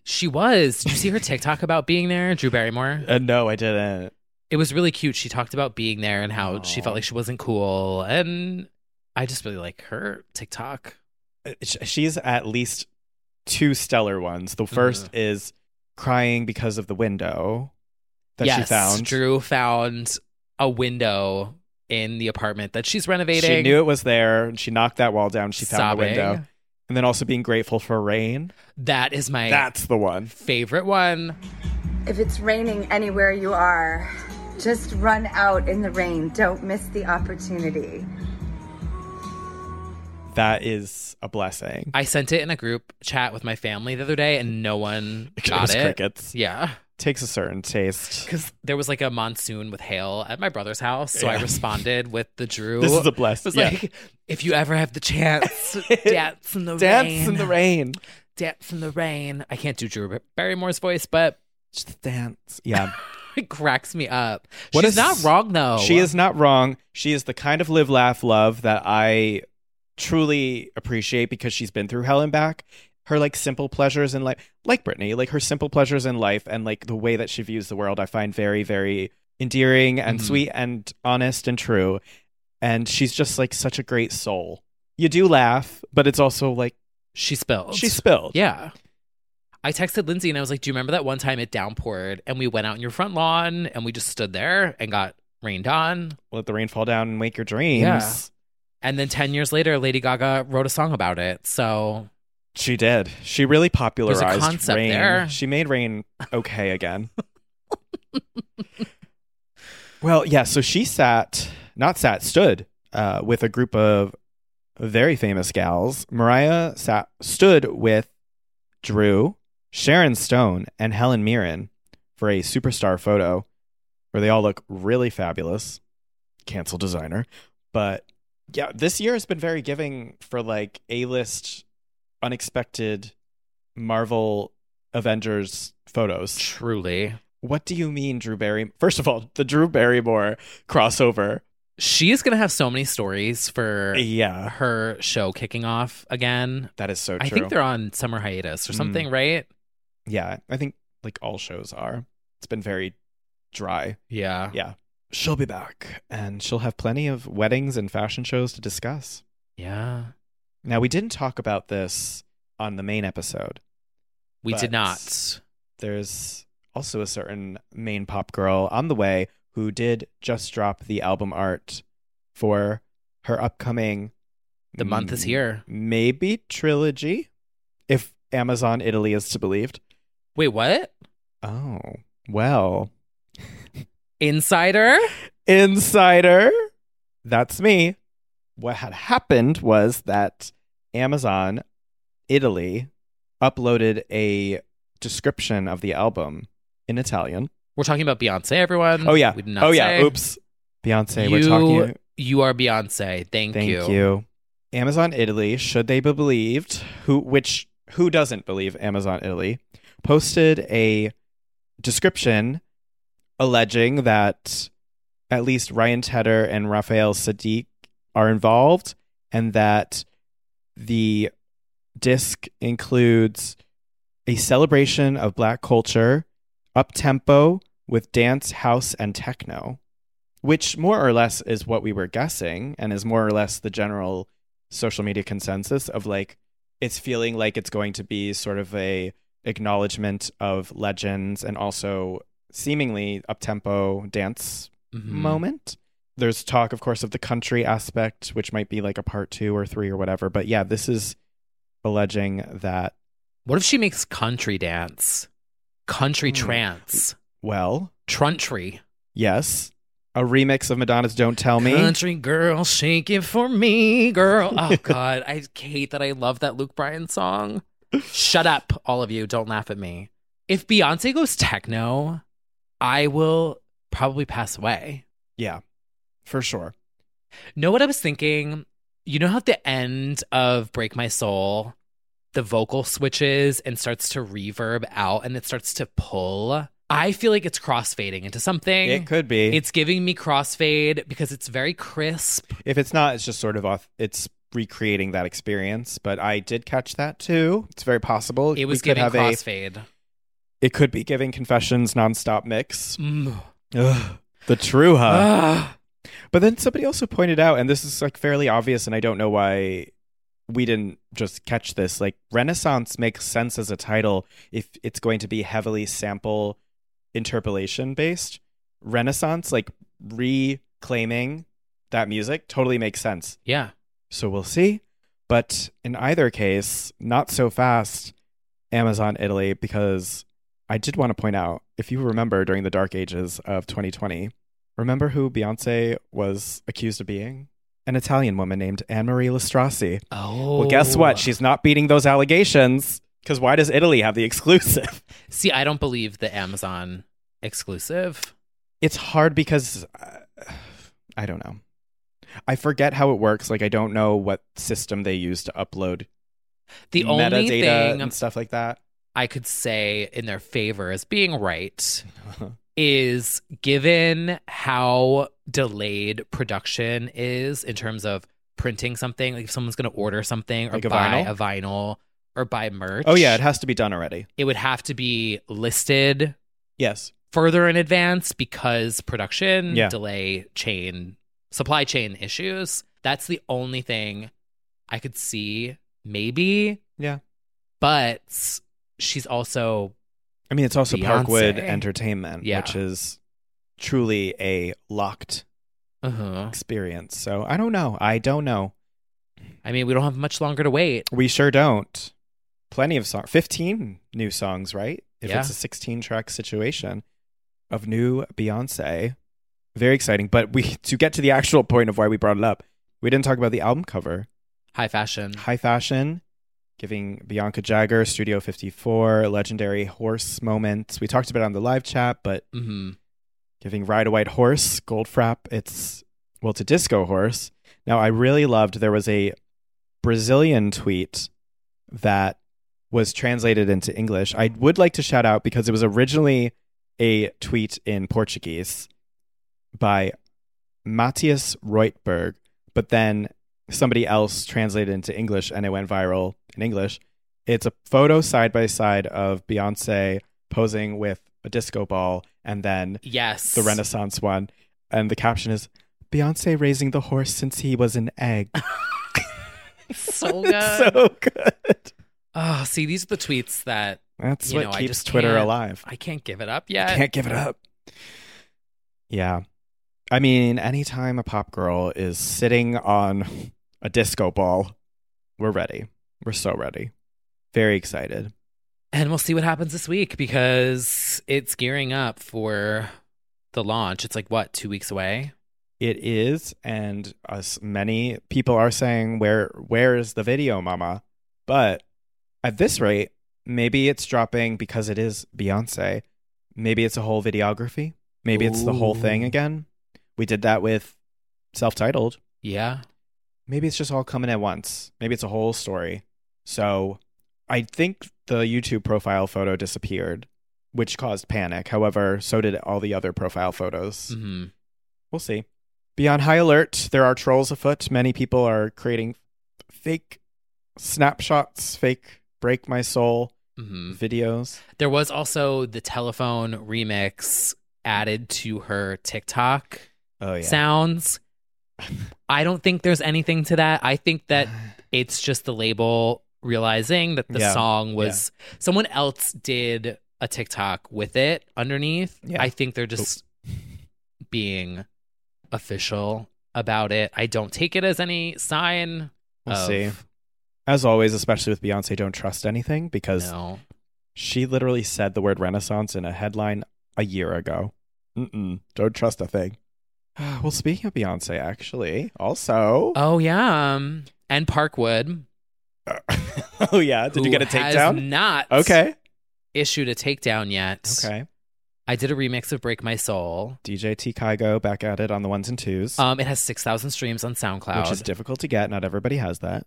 S3: She was. Did you see her TikTok about being there, Drew Barrymore?
S4: Uh, no, I didn't.
S3: It was really cute. She talked about being there and how she felt like she wasn't cool. And I just really like her TikTok.
S4: Uh, sh- She's at least two stellar ones. The 1st is crying because of the window that
S3: yes,
S4: she found.
S3: Drew found a window in the apartment that she's renovating.
S4: She knew it was there. and She knocked that wall down. She found
S3: Sobbing.
S4: the window. And then also being grateful for rain.
S3: That is my
S4: That's the one.
S3: favorite one.
S10: If it's raining anywhere you are, just run out in the rain. Don't miss the opportunity.
S4: That is a blessing.
S3: I sent it in a group chat with my family the other day and no one got
S4: was
S3: it.
S4: crickets.
S3: Yeah.
S4: Takes a certain taste.
S3: Because there was like a monsoon with hail at my brother's house. So I
S4: Yeah.
S3: responded with the Drew.
S4: This is a
S3: It
S4: blessing.
S3: was
S4: Yeah.
S3: like, if you ever have the chance, dance in the
S4: Dance
S3: rain.
S4: in the rain.
S3: Dance in the rain. I can't do Drew Barrymore's voice, but
S4: Just dance. Yeah.
S3: it cracks me up.
S4: What
S3: She's
S4: is-
S3: not wrong though.
S4: She is not wrong. She is the kind of live, laugh, love that I truly appreciate because she's been through hell and back. Her like simple pleasures in life, like Brittany, like her simple pleasures in life and like the way that she views the world, I find very, very endearing and
S3: Mhm.
S4: sweet and honest and true. And she's just like such a great soul. You do laugh, but it's also like
S3: She spilled.
S4: she spilled.
S3: Yeah. I texted Lindsay and I was like, Do you remember that one time it downpoured and we went out in your front lawn and we just stood there and got rained on?
S4: Let the rain fall down and wake your dreams.
S3: Yeah. And then 10 years later, Lady Gaga wrote a song about it. So
S4: She did. She really popularized
S3: concept
S4: rain.
S3: there.
S4: She made rain okay again. well, yeah, so she sat, not sat, stood uh, with a group of very famous gals. Mariah sat stood with Drew, Sharon Stone, and Helen Mirren for a superstar photo where they all look really fabulous. Cancel designer. But yeah, this year has been very giving for like A list, unexpected Marvel Avengers photos.
S3: truly,
S4: What do you mean, Drew Barry? First of all, the Drew Barrymore crossover.
S3: she is going to have so many stories for
S4: Yeah,
S3: her show kicking off again.
S4: that is so true.
S3: I think they're on summer hiatus or
S4: Mm.
S3: something, right?
S4: yeah, I think like all shows are. It's been very dry.
S3: Yeah.
S4: Yeah. She'll be back and she'll have plenty of weddings and fashion shows to discuss.
S3: Yeah.
S4: Now, we didn't talk about this on the main episode.
S3: We
S4: But-
S3: did not.
S4: There's also a certain main pop girl on the way who did just drop the album art for her upcoming
S3: The month is
S4: Mm,
S3: here.
S4: Maybe trilogy, if Amazon Italy is to believed.
S3: Wait, what?
S4: Oh, well,
S3: Insider?
S4: insider. That's me. What had happened was that Amazon Italy uploaded a description of the album in Italian.
S3: We're talking about Beyonce, everyone.
S4: Oh yeah.
S3: Mm, We did not
S4: Oh yeah.
S3: say.
S4: Oops. Beyonce,
S3: you,
S4: we're talking.
S3: You are Beyonce. Thank,
S4: Thank you. Amazon Italy, should they be believed? Who which who doesn't believe Amazon Italy? Posted a description alleging that at least Ryan Tedder and Rafael Sadiq are involved and that the disc includes a celebration of black culture, up tempo with dance, house, and techno, which more or less is what we were guessing and is more or less the general social media consensus of like it's feeling like it's going to be sort of a acknowledgement of legends and also seemingly up tempo dance
S3: Mhm.
S4: moment. There's talk, of course, of the country aspect, which might be like a part two or three or whatever. But yeah, this is alleging that.
S3: What if she makes country dance?
S4: Mm.
S3: Country trance.
S4: Well,
S3: Truntry.
S4: yes, a remix of Madonna's "Don't Tell Me."
S3: Country girl, shake it for me, girl. Oh God, I hate that I love that Luke Bryan song. Shut up, all of you. Don't laugh at me. If Beyonce goes techno, I will probably pass away.
S4: Yeah, for sure.
S3: Know what I was thinking? You know how at the end of Break My Soul, the vocal switches and starts to reverb out and it starts to pull? I feel like it's crossfading into something.
S4: It could be.
S3: It's giving me crossfade because it's very crisp.
S4: If it's not, it's just sort of off. It's recreating that experience. But I did catch that too. It's very possible.
S3: It
S4: We
S3: was
S4: could
S3: giving
S4: have a-
S3: crossfade.
S4: it could be giving confessions nonstop mix.
S3: Mm. Ah.
S4: Ugh, the true hub.
S3: Ugh.
S4: but then somebody also pointed out, and this is like fairly obvious, and I don't know why we didn't just catch this. Like Renaissance makes sense as a title if it's going to be heavily sample interpolation based. Renaissance, like reclaiming that music, totally makes sense.
S3: Yeah.
S4: So we'll see. But in either case, not so fast, Amazon Italy, because I did want to point out if you remember during the dark ages of 2020, remember who Beyonce was accused of being? An Italian woman named Anne Marie Lestrassi.
S3: Oh.
S4: Well, guess what? She's not beating those allegations because why does Italy have the exclusive?
S3: See, I don't believe the Amazon exclusive.
S4: It's hard because uh, I don't know. I forget how it works. Like, I don't know what system they use to upload
S3: The only
S4: metadata
S3: thing
S4: and stuff like that.
S3: I could say in their favor as being right is given how delayed production is in terms of printing something, like if someone's going to order something or
S4: Like a
S3: buy
S4: vinyl?
S3: a vinyl or buy merch.
S4: Oh yeah, it has to be done already.
S3: it would have to be listed
S4: Yes.
S3: further in advance because production
S4: Yeah.
S3: delay chain supply chain issues that's the only thing i could see maybe
S4: Yeah.
S3: but she's also
S4: I mean, it's also
S3: Beyonce.
S4: Parkwood Entertainment,
S3: Yeah.
S4: which is truly a locked
S3: uh-huh.
S4: experience. So I don't know. I don't know.
S3: i mean we don't have much longer to wait
S4: We sure don't. Plenty of songs. Fifteen new songs, right? If
S3: Yeah.
S4: it's a sixteen-track situation of new Beyonce, very exciting. But we to get to the actual point of why we brought it up, we didn't talk about the album cover.
S3: high fashion
S4: High fashion, giving Bianca Jagger, Studio 54, legendary horse moment. We talked about it on the live chat, but
S3: hmm
S4: giving Ride a White Horse, Goldfrapp, it's, well, it's a disco horse. Now, I really loved there was a Brazilian tweet that was translated into English. I would like to shout out because it was originally a tweet in Portuguese by Matthias Reutberg, but then somebody else translated into English and it went viral in English. It's a photo side by side of Beyonce posing with a disco ball and then
S3: yes
S4: the Renaissance one. And the caption is Beyonce raising the horse since he was an egg.
S3: so good
S4: It's so good.
S3: oh see these are the tweets that
S4: That's
S3: You
S4: what
S3: know, I
S4: keeps
S3: just
S4: Twitter
S3: can't-
S4: alive.
S3: i can't give it up yet
S4: Can't give it up. Yeah. I mean, anytime a pop girl is sitting on a disco ball, we're ready. We're so ready. Very excited.
S3: And we'll see what happens this week because it's gearing up for the launch. It's like what, two weeks away?
S4: It is, and us many people are saying, "Where, where is the video, Mama?" But at this rate, maybe it's dropping because it is Beyonce. Maybe it's a whole videography. Maybe it's the whole thing
S3: Ooh.
S4: again. We did that with self-titled.
S3: Yeah.
S4: Maybe it's just all coming at once. Maybe it's a whole story. So, I think the YouTube profile photo disappeared, which caused panic. However, so did all the other profile photos.
S3: hmm
S4: We'll see. Be on high alert. There are trolls afoot. Many people are creating fake snapshots, fake break my soul
S3: hmm
S4: videos.
S3: There was also the telephone remix added to her TikTok
S4: Oh
S3: sounds. I don't think there's anything to that. I think that it's just the label realizing that the
S11: Yeah.
S3: song was someone else did a TikTok with it underneath.
S11: Yeah.
S3: I think they're just being official about it. I don't take it as any sign.
S4: We'll
S3: of-
S4: see. As always, especially with Beyonce, don't trust anything because
S3: No.
S4: she literally said the word Renaissance in a headline a year ago. Mm-mm, don't trust a thing. Well, speaking of Beyonce, actually, also.
S3: Oh yeah, um, and Parkwood.
S4: oh yeah, did you
S3: who
S4: get a
S3: has
S4: takedown?
S3: Not
S4: Okay.
S3: Issued a takedown yet?
S4: Okay.
S3: I did a remix of "Break My Soul."
S4: DJ T Kygo back at it on the ones and twos,
S3: Um, it has six thousand streams on SoundCloud,
S4: which is difficult to get. Not everybody has that.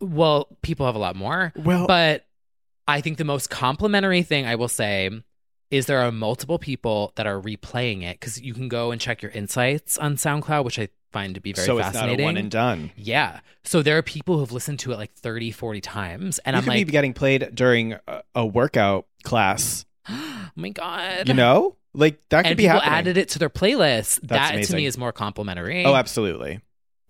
S3: well, people have a lot more.
S4: Well,
S3: but I think the most complimentary thing I will say is there are multiple people that are replaying it because you can go and check your insights on SoundCloud, which I find to be very
S4: so it's
S3: fascinating.
S4: not a one and done.
S3: Yeah. So there are people who've listened to it like 30, 40 times. And
S4: you
S3: I'm
S4: could
S3: like,
S4: be getting played during a, a workout class.
S3: oh my God.
S4: You know, like that could
S3: and
S4: be
S3: people
S4: happening.
S3: added it to their playlist.
S4: That's
S3: that to
S4: amazing.
S3: me is more complimentary.
S4: Oh, absolutely.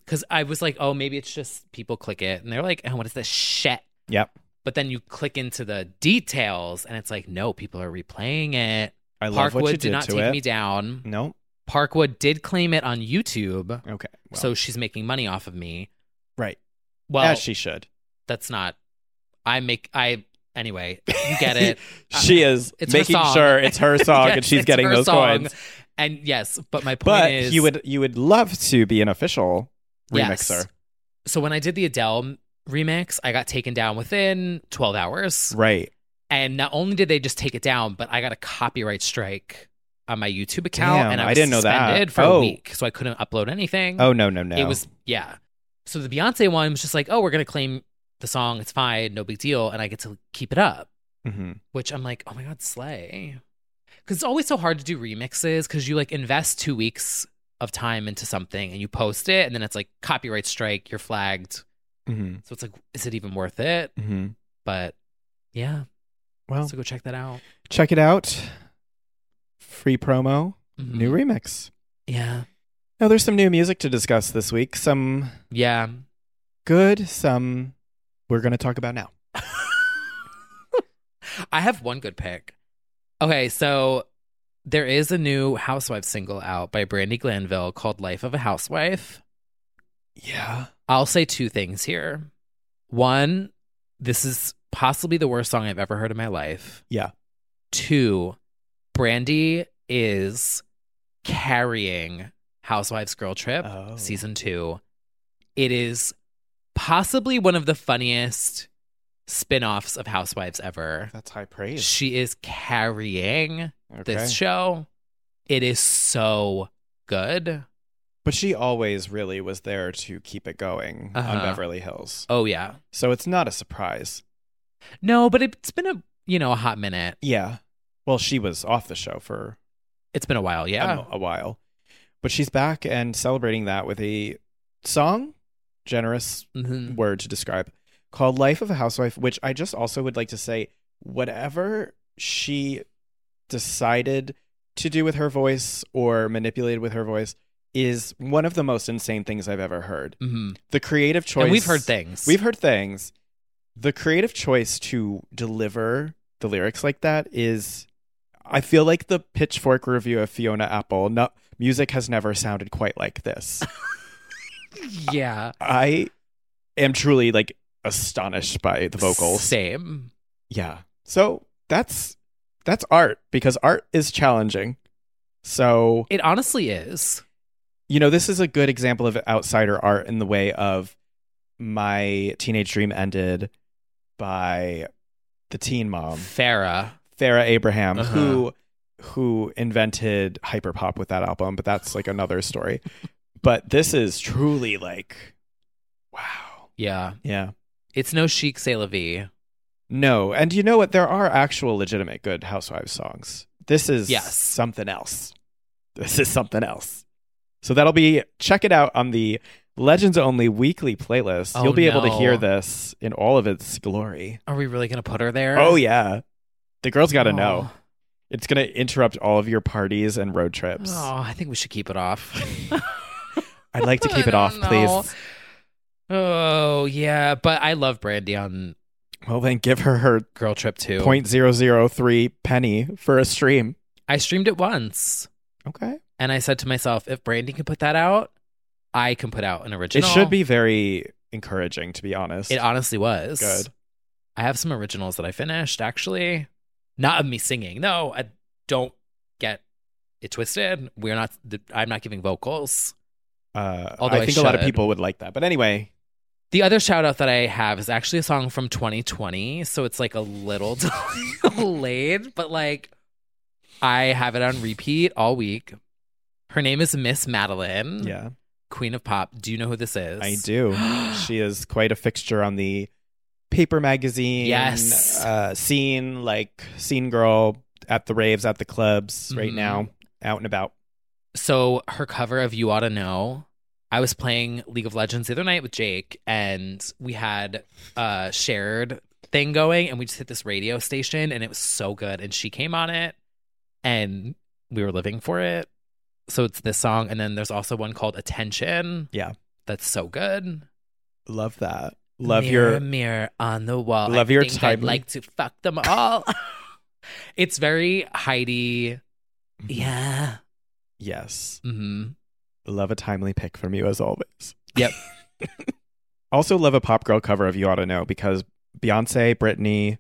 S3: Because I was like, oh, maybe it's just people click it and they're like, oh, what is this shit?
S4: Yep.
S3: But then you click into the details and it's like, no, people are replaying it.
S4: I love
S3: Parkwood
S4: what you
S3: did,
S4: did
S3: not
S4: to
S3: take
S4: it. Mm.
S3: me down.
S4: No.
S3: Parkwood did claim it on YouTube.
S4: Okay. well,
S3: So she's making money off of me.
S4: right.
S3: Well,
S4: As she should.
S3: that's not. I make. I anyway. You get it.
S4: she is
S3: uh, It's her
S4: making
S3: song.
S4: sure it's her song and
S3: Yes,
S4: she's
S3: it's
S4: getting
S3: her
S4: those
S3: song.
S4: coins.
S3: And yes, but my point
S4: But
S3: is,
S4: you would you would love to be an official
S3: Yes.
S4: remixer,
S3: So when I did the Adele remix, I got taken down within 12 hours.
S4: right?
S3: And not only did they just take it down, but I got a copyright strike on my YouTube account,
S4: Damn,
S3: and I,
S4: I
S3: was
S4: didn't know that.
S3: suspended for
S4: Oh.
S3: a week, so I couldn't upload anything.
S4: Oh no no no!
S3: It was yeah. So the Beyonce one was just like, oh, we're gonna claim the song. It's fine, no big deal, and I get to keep it up.
S4: hmm
S3: Which I'm like, oh my god, slay. Because it's always so hard to do remixes because you like invest two weeks of time into something and you post it, and then it's like copyright strike, you're flagged.
S4: hmm
S3: So it's like, is it even worth it?
S4: hmm
S3: But yeah,
S4: Well,
S3: so go check that out.
S4: check it out. Free promo, new remix.
S3: Mm-hmm. Yeah,
S4: Now there's some new music to discuss this week. Some
S3: yeah.
S4: good, some we're going to talk about now.
S3: I have one good pick. Okay, so there is a new Housewife single out by Brandy Glanville called Life of a Housewife.
S4: Yeah.
S3: I'll say two things here. One, this is possibly the worst song I've ever heard in my life.
S4: Yeah.
S3: Two, Brandy is carrying Housewives Girl Trip
S4: Oh.
S3: season two. It is possibly one of the funniest spin offs of Housewives ever.
S4: That's high praise.
S3: She is carrying
S4: Okay.
S3: this show. It is so good.
S4: But she always really was there to keep it going on
S3: Uh-huh.
S4: Beverly Hills.
S3: Oh yeah.
S4: So it's not a surprise.
S3: No, but it's been a you know a hot minute.
S4: Yeah. Well, she was off the show for
S3: It's been a while.
S4: a
S3: Yeah.
S4: mo- a, while. But she's back and celebrating that with a song, generous
S3: Mhm.
S4: word to describe, called Life of a Housewife, which I just also would like to say whatever she decided to do with her voice or manipulated with her voice is one of the most insane things I've ever heard.
S3: Mhm.
S4: The creative choice.
S3: And we've heard things.
S4: We've heard things. The creative choice to deliver the lyrics like that is, I feel like the pitchfork review of Fiona Apple. No, music has never sounded quite like this.
S3: yeah.
S4: I am truly like astonished by the vocals.
S3: Same.
S4: Yeah. So that's that's art because art is challenging. So
S3: It honestly is.
S4: you know, this is a good example of outsider art in the way of my teenage dream ended by the teen mom,
S3: Farah.
S4: Farah Abraham,
S3: Uh-huh.
S4: who who invented hyperpop with that album, but that's like another story. but this is truly like wow.
S3: Yeah.
S4: Yeah.
S3: It's no chic c'est la vie.
S4: No, and you know what? There are actual legitimate good Housewives songs. This is
S3: Yes.
S4: something else. This is something else. So that'll be check it out on the Legends Only weekly playlist.
S3: Oh,
S4: You'll be able to
S3: no.
S4: hear this in all of its glory.
S3: Are we really gonna put her there?
S4: Oh yeah, the girl's got to
S3: Oh.
S4: know. It's gonna interrupt all of your parties and road trips.
S3: Oh, I think we should keep it off.
S4: I'd like to
S7: I
S4: keep it
S7: don't
S4: off,
S7: know.
S4: please.
S3: oh yeah, but I love Brandy on
S4: Well, then give her her
S3: girl trip too.
S4: Point zero zero three penny for a stream.
S3: I streamed it once.
S4: Okay.
S3: And I said to myself, if Brandy can put that out, I can put out an
S4: It
S3: original.
S4: should be very encouraging, to be honest.
S3: It honestly was
S4: Good.
S3: I have some originals that I finished actually, not of me singing. No, I don't get it twisted. We're not. th- I'm not giving vocals.
S4: Uh,
S3: Although I
S4: I think a lot of
S3: should.
S4: people would like that. But anyway,
S3: The other shout out that I have is actually a song from 2020, so it's like a little delayed, but like I have it on repeat all week. Her name is Miss Madeline,
S4: yeah,
S3: Queen of Pop. Do you know who this is?
S4: I do. she is quite a fixture on the paper magazine
S3: Yes.
S4: uh, scene, like scene girl at the raves, at the clubs right
S3: Mhm.
S4: now, out and about.
S3: So her cover of You Oughta Know. I was playing League of Legends the other night with Jake and we had a shared thing going and we just hit this radio station and it was so good and she came on it and we were living for it. So it's this song and then there's also one called Attention.
S4: Yeah.
S3: That's so good.
S4: Love that. Love
S3: mirror,
S4: your
S3: mirror on the wall.
S4: Love
S3: I
S4: your
S3: think I'd
S4: timely-
S3: like to fuck them all. it's very Heidi. Yeah.
S4: yes.
S3: hmm
S4: Love a timely pick from you as always.
S3: Yep.
S4: also love a pop girl cover of You Oughta Know because Beyonce, Britney,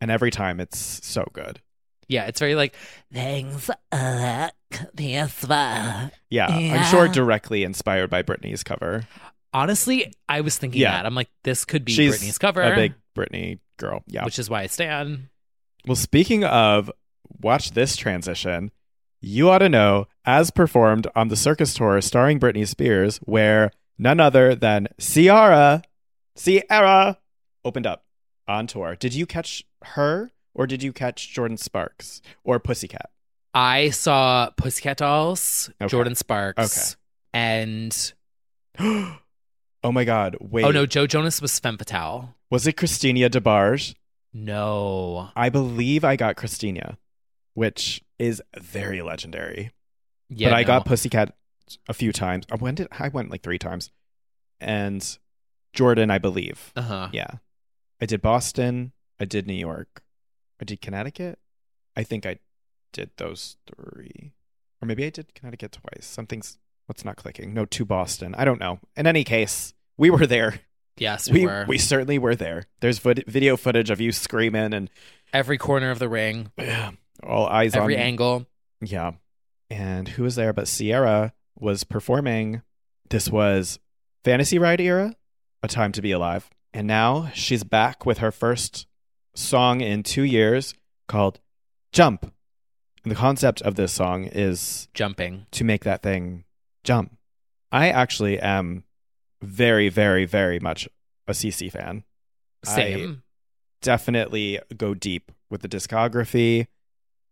S4: and every time it's so good.
S3: Yeah, it's very like things uh, PS5.
S4: Yeah, I'm
S3: Yeah.
S4: sure directly inspired by Britney's cover.
S3: Honestly, I was thinking
S4: Yeah.
S3: that. I'm like, this could be
S4: She's
S3: Britney's cover,
S4: a big Britney girl. Yeah.
S3: which is why I stand.
S4: well, speaking of, watch this transition. You ought to know, as performed on the circus tour starring Britney Spears, where none other than Ciara, Ciara, opened up on tour. Did you catch her, or did you catch Jordan Sparks or Pussycat?
S3: I saw Pussycat Dolls,
S4: Okay.
S3: Jordan Sparks,
S4: Okay.
S3: and
S4: oh my God! Wait.
S3: oh no, Joe Jonas was femme fatale.
S4: Was it Christina DeBarge?
S3: No,
S4: I believe I got Christina, which is very legendary.
S3: yeah,
S4: but I
S3: no.
S4: got Pussycat a few times. Uh, When did I went like three times? And Jordan, I believe.
S3: uh-huh.
S4: Yeah. I did Boston. I did New York. I did Connecticut. I think I did those three. Or maybe I did Connecticut twice. Something's what's not clicking. No, to Boston. I don't know. In any case, we were there.
S3: Yes, we,
S4: We,
S3: were
S4: we certainly were there. There's vid- video footage of you screaming and
S3: every corner of the ring,
S4: all eyes
S3: every
S4: on
S3: angle.
S4: yeah. And who was there but Sierra was performing. This was Fantasy Ride era, A Time to Be Alive. And now she's back with her first song in two years called Jump. And the concept of this song is
S3: Jumping.
S4: to make that thing jump. I actually am very, very, very much a CC fan I-
S3: Same.
S4: definitely go deep with the discography.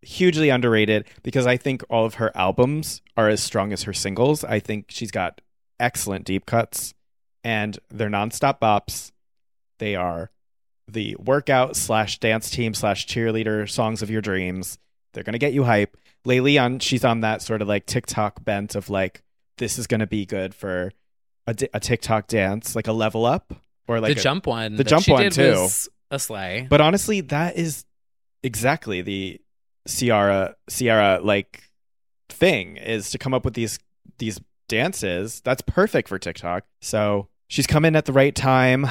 S4: Hugely underrated because I think all of her albums are as strong as her singles. I think she's got excellent deep cuts and they're nonstop bops. They are the workout slash dance team slash cheerleader songs of your dreams. They're going to get you hype. Laylee on she's on that sort of like TikTok bent of like this is going to be good for a, di- a TikTok dance, like a level up or like
S3: the
S4: a-
S3: jump one.
S4: the
S3: that
S4: jump
S3: she
S4: one,
S3: did
S4: too.
S3: was a sleigh.
S4: but honestly, that is exactly the Ciara Ciara like thing is to come up with these these dances. That's perfect for TikTok. So she's come in at the right time.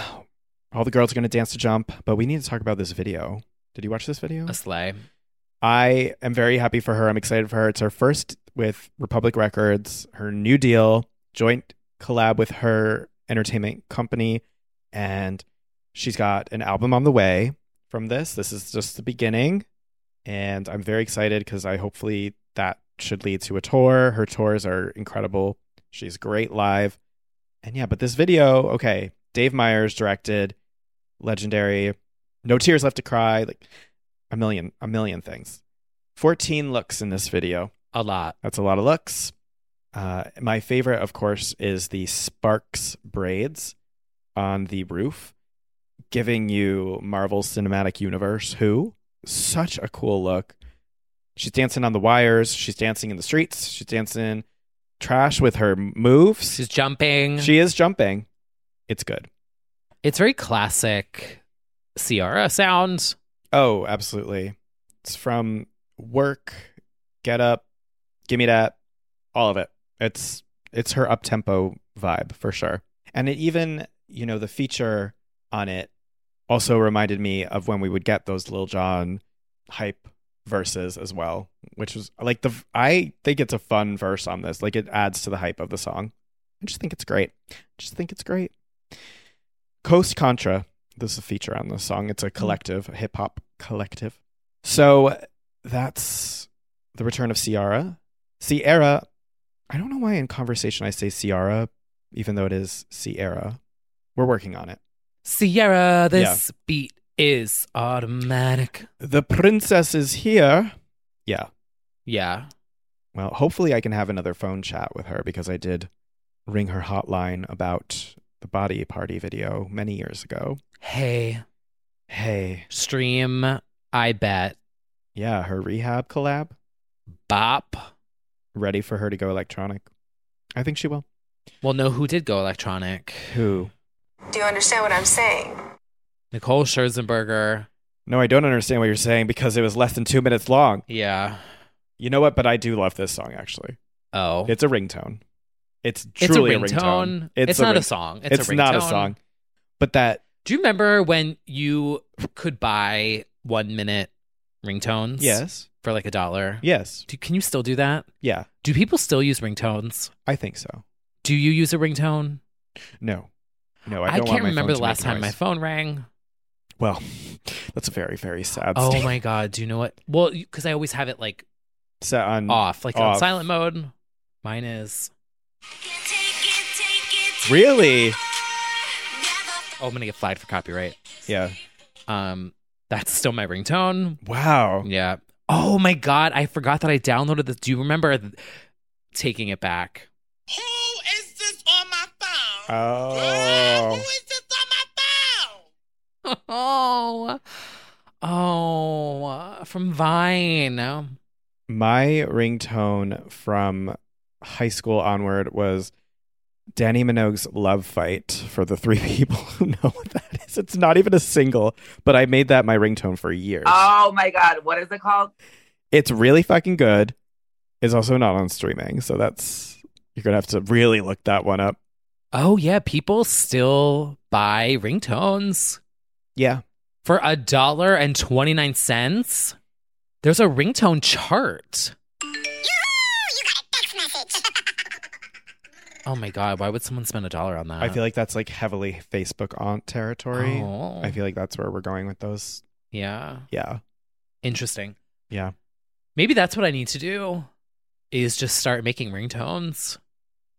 S4: All the girls are gonna dance to jump, but we need to talk about this video. Did you watch this video?
S3: a sleigh.
S4: I am very happy for her. I'm excited for her. It's her first with Republic Records, her new deal, joint collab with her entertainment company. And she's got an album on the way from this. This is just the beginning. And I'm very excited because I hopefully that should lead to a tour. Her tours are incredible. She's great live. And yeah, but this video, okay, Dave Myers directed, legendary, no tears left to cry, like a million, a million things. 14 looks in this video.
S3: A lot.
S4: That's a lot of looks. Uh, my favorite, of course, is the Sparks braids on the roof, giving you Marvel Cinematic Universe. Who? Such a cool look. She's dancing on the wires. She's dancing in the streets. She's dancing trash with her moves.
S3: She's jumping.
S4: She is jumping. It's good.
S3: It's very classic Ciara sounds.
S4: Oh, absolutely. It's from work, get up, give me that, all of it. It's it's her up tempo vibe for sure. And it even, you know, the feature on it also reminded me of when we would get those Lil Jon hype verses as well, which was like the I think it's a fun verse on this. Like it adds to the hype of the song. I just think it's great. I just think it's great. Coast Contra, this is a feature on the song. It's a collective, a hip hop collective. So that's the return of Ciara. Ciara, I don't know why in conversation I say Ciara, even though it is Sierra. We're working on it.
S3: Sierra, this beat is automatic.
S4: The princess is here. Yeah.
S3: Yeah.
S4: Well, hopefully I can have another phone chat with her because I did ring her hotline about the body party video many years ago.
S3: Hey,
S4: Hey.
S3: stream, I bet.
S4: Yeah, her rehab collab.
S3: Bop.
S4: Ready for her to go electronic. I think she will.
S3: Well, no, who did go electronic?
S4: Who?
S5: Do you understand what I'm saying?
S3: Nicole Scherzenberger.
S4: No, I don't understand what you're saying because it was less than two minutes long.
S3: Yeah.
S4: You know what? But I do love this song actually.
S3: Oh.
S4: It's a ringtone. It's
S3: It's a
S4: truly
S3: ringtone.
S4: a ringtone.
S3: It's not a
S4: ring-
S3: song. It's a
S4: not a
S3: ringtone.
S4: song. But that
S3: Do you remember when you could buy one minute ringtones?
S4: yes,
S3: For like a dollar?
S4: yes,
S3: Do, can you still do that?
S4: yeah.
S3: Do people still use ringtones?
S4: I think so.
S3: Do you use a ringtone?
S4: No, no. Oh, I, don't want
S3: can't
S4: my
S3: remember the
S4: phone to make
S3: last time my
S4: noise.
S3: phone rang.
S4: Well, that's a very very sad.
S3: Oh
S4: state.
S3: my god! Do you know what? Well, because I always have it like
S4: Set on
S3: off, like on
S4: Mm, off.
S3: silent mode. Mine is.
S4: Really?
S3: Oh, I'm gonna get flagged for copyright.
S4: Yeah.
S3: Um, that's still my ringtone.
S4: Wow.
S3: Yeah. Oh my god! I forgot that I downloaded this. Do you remember th- taking it back?
S4: Oh.
S3: Oh, oh, uh, from Vine.
S4: My ringtone from high school onward was Danny Minogue's Love Fight for the three people who know what that is. It's not even a single, but I made that my ringtone for years.
S11: Oh my god, what is it called?
S4: It's really fucking good. It's also not on streaming, so that's you're gonna have to really look that one up.
S3: Oh yeah, people still buy ringtones.
S4: Yeah.
S3: for a dollar and 29 cents there's a ringtone chart oh my god why would someone spend a dollar on that
S4: I feel like that's like heavily Facebook aunt territory.
S3: Oh.
S4: I feel like that's where we're going with those.
S3: yeah
S4: Yeah.
S3: interesting
S4: Yeah.
S3: maybe that's what i need to do is just start making ringtones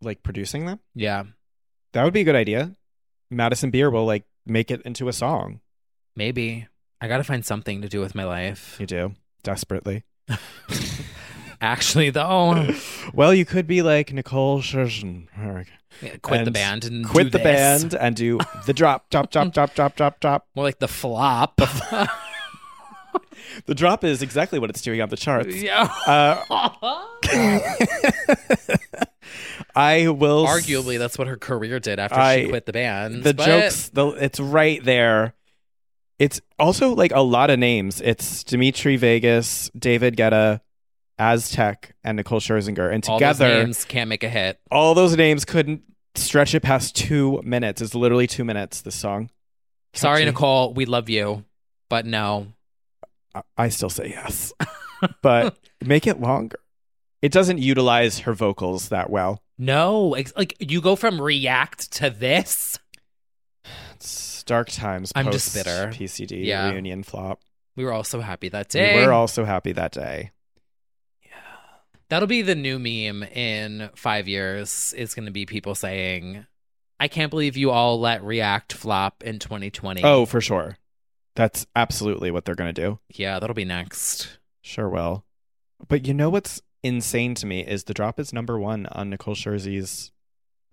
S4: Like producing them?
S3: yeah
S4: That would be a good idea. Madison Beer will like make it into a song.
S3: maybe i gotta find something to do with my life
S4: You do desperately.
S3: actually though
S4: well, you could be like Nicole Scherzenberg.
S3: quit the
S4: and
S3: band and
S4: quit
S3: do
S4: the
S3: this.
S4: band and do the drop, drop, drop, drop, drop, drop, drop.
S3: more like the flop
S4: The drop is exactly what it's doing on the charts.
S3: yeah
S4: Uh, I will s-
S3: arguably that's what her career did after
S4: I-
S3: she quit the band
S4: the
S3: but-
S4: jokes. The it's right there. It's also like a lot of names. It's Dimitri Vegas, David Guetta, Aztec, and Nicole Scherzinger, and
S3: all
S4: together
S3: those names can't make a hit
S4: all those names couldn't stretch it past two minutes. It's literally two minutes. This song.
S3: Sorry,
S4: Catchy.
S3: Nicole, we love you, but no.
S4: I- I still say yes, but make it longer. It doesn't utilize her vocals that well.
S3: No, ex- like you go from react to this.
S4: It's dark times.
S3: I'm just
S4: post
S3: bitter.
S4: PCD
S3: Yeah.
S4: reunion flop.
S3: We were all so happy that
S4: We
S3: day.
S4: were all so happy that day.
S3: That'll be the new meme in five years. Is going to be people saying, "I can't believe you all let React flop in 2020."
S4: Oh, for sure. That's absolutely what they're going to do.
S3: yeah, that'll be next.
S4: Sure will. But you know what's insane to me is the drop is number one on Nicole Scherzi's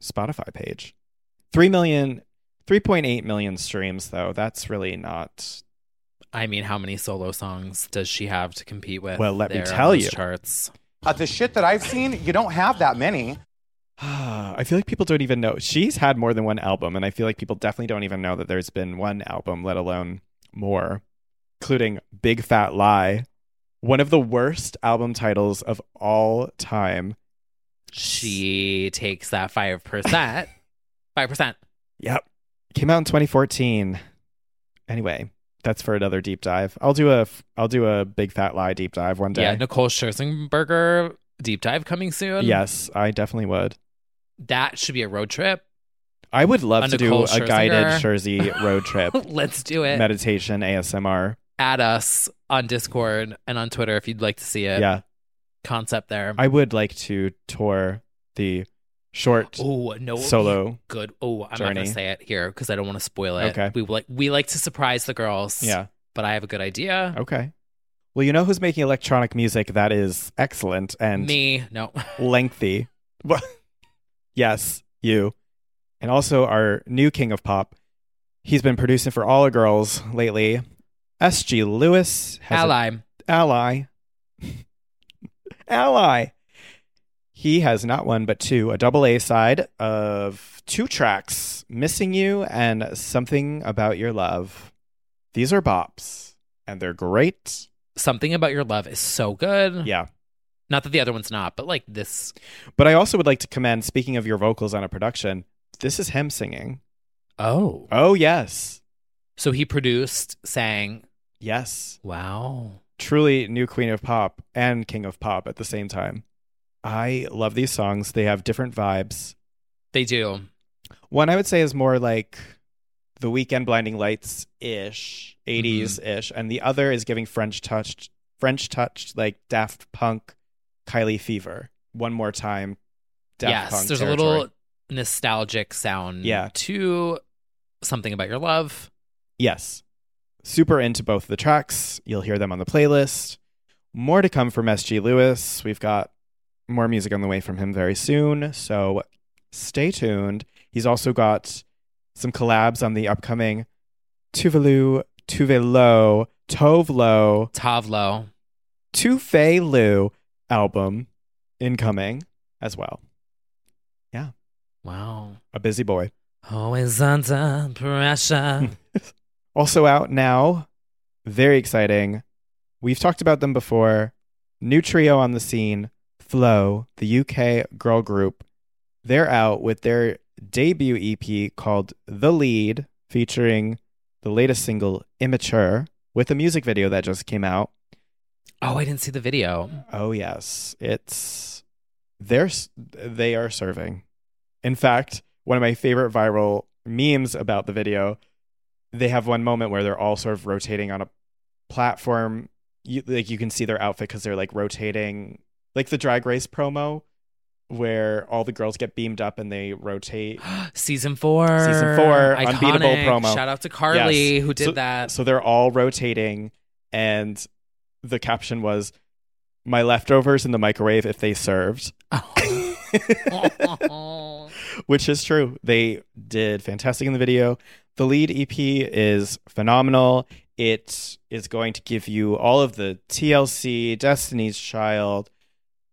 S4: Spotify page. 3 million, 3.8 million streams, though. That's really not.
S3: I mean, how many solo songs does she have to compete with?
S4: Well, let me
S3: there on
S4: tell
S3: those
S4: you.
S3: charts.
S9: Of the shit that I've seen, you don't have that many.
S4: I feel like people don't even know. She's had more than one album, and I feel like people definitely don't even know that there's been one album, let alone more, including Big Fat Lie, one of the worst album titles of all time.
S3: She takes that 5%. 5%.
S4: Yep. Came out in 2014. Anyway, that's for another deep dive. I'll do a I'll do a Big Fat Lie deep dive one day.
S3: Yeah, Nicole Scherzenberger deep dive coming soon.
S4: Yes, I definitely would.
S3: That should be a road trip.
S4: I would love
S3: A
S4: to
S3: Nicole
S4: do a guided
S3: Scherzinger.
S4: Jersey road trip.
S3: Let's do it.
S4: Meditation ASMR.
S3: Add us on Discord and on Twitter if you'd like to see it.
S4: Yeah.
S3: Concept there.
S4: I would like to tour the short
S3: Oh no!
S4: solo.
S3: Good. Oh, I'm not
S4: journey.
S3: gonna say it here because I don't want to spoil it.
S4: Okay.
S3: We like we like to surprise the girls.
S4: Yeah.
S3: But I have a good idea.
S4: Okay. Well, you know who's making electronic music that is excellent and
S3: Me. No.
S4: lengthy. Well, yes, you. And also our new king of pop. He's been producing for all the girls lately. SG Lewis has a-
S3: Ally.
S4: ally. ally. He has not one but two, a double A side of two tracks, Missing You and Something About Your Love. These are bops and they're great.
S3: Something about your love is so good.
S4: Yeah.
S3: Not that the other one's not, but like this.
S4: But I also would like to commend, speaking of your vocals on a production, this is him singing.
S3: Oh.
S4: Oh, yes.
S3: So he produced, sang.
S4: Yes.
S3: Wow.
S4: truly new queen of pop and king of pop at the same time. I love these songs. They have different vibes.
S3: They do.
S4: One I would say is more like the weekend blinding lights ish, 80s
S3: Mm-hmm.
S4: ish, and the other is giving French touched French touched like Daft Punk, Kylie Fever. One more time. Daft
S3: yes.
S4: Punk
S3: there's
S4: territory.
S3: a little nostalgic sound
S4: Yeah.
S3: to something about your love.
S4: Yes. Super into both the tracks. You'll hear them on the playlist. More to come from SG Lewis. We've got more music on the way from him very soon. So stay tuned. He's also got some collabs on the upcoming Tuvalu, Tuvelo, Tovlo,
S3: Tavlo.
S4: Tufelu album incoming as well.
S3: Wow.
S4: A busy boy.
S3: Always under pressure.
S4: Also out now, very exciting. We've talked about them before. New trio on the scene, Flow, the UK girl group. They're out with their debut EP called The Lead, featuring the latest single, Immature, with a music video that just came out.
S3: oh, I didn't see the video.
S4: Oh yes, it's they're s- they are serving. In fact, one of my favorite viral memes about the video, they have one moment where they're all sort of rotating on a platform. You, like you can see their outfit because they're like rotating, like the Drag Race promo, where all the girls get beamed up and they rotate.
S3: Season four.
S4: Season four, unbeatable
S3: Iconic.
S4: promo.
S3: Shout out to Carly
S4: Yes.
S3: who did
S4: So-
S3: that.
S4: So they're all rotating, and the caption was, "My leftovers in the microwave if they served,"
S3: Oh.
S4: which is true. They did fantastic in the video. The lead EP is phenomenal. It is going to give you all of the TLC, Destiny's Child,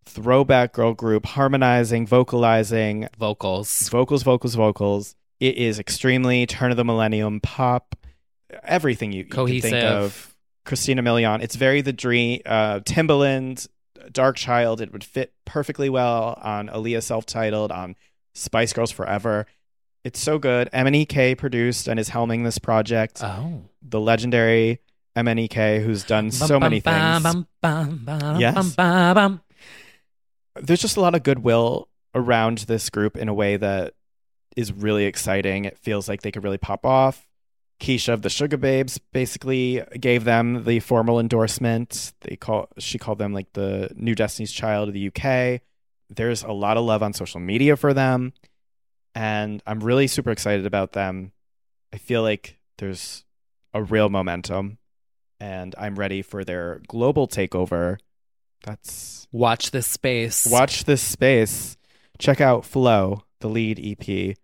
S4: throwback girl group harmonizing, vocalizing,
S3: Vocals.
S4: vocals, vocals, vocals. It is extremely turn of the millennium pop. Everything you, you can think
S3: Cohesive.
S4: of. Christina Milian. It's very the dream. Uh, Timbaland, Dark Child. It would fit perfectly well on Aaliyah self-titled on Spice Girls Forever. It's so good. MNEK produced and is helming this project.
S3: Oh.
S4: The legendary MNEK, who's done so many things. Yes.
S3: Yes.
S4: there's just a lot of goodwill around this group in a way that is really exciting. It feels like they could really pop off. Keisha of the Sugar Babes basically gave them the formal endorsement. They call she called them like the new Destiny's Child of the UK. There's a lot of love on social media for them, and I'm really super excited about them. I feel like there's a real momentum, and I'm ready for their global takeover. That's
S3: Watch this space.
S4: Watch this space. Check out Flow, the lead E EP.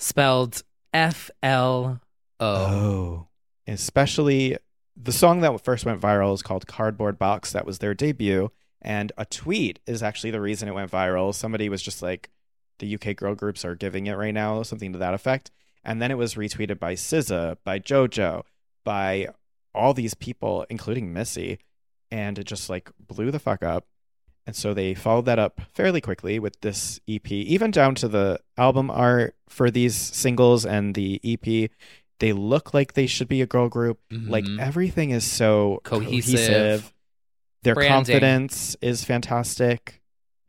S3: Spelled F L O.
S4: Oh. Especially the song that first went viral is called Cardboard Box. That was their debut. And a tweet is actually the reason it went viral. Somebody was just like, the UK girl groups are giving it right now, something to that effect. And then it was retweeted by SZA, by JoJo, by all these people, including Missy, and it just like blew the fuck up. And so they followed that up fairly quickly with this EP, even down to the album art for these singles and the E EP. They look like they should be a girl group. Like
S3: Mhm.
S4: everything is so
S3: Cohesive.
S4: cohesive. Their
S3: Branding.
S4: confidence is fantastic.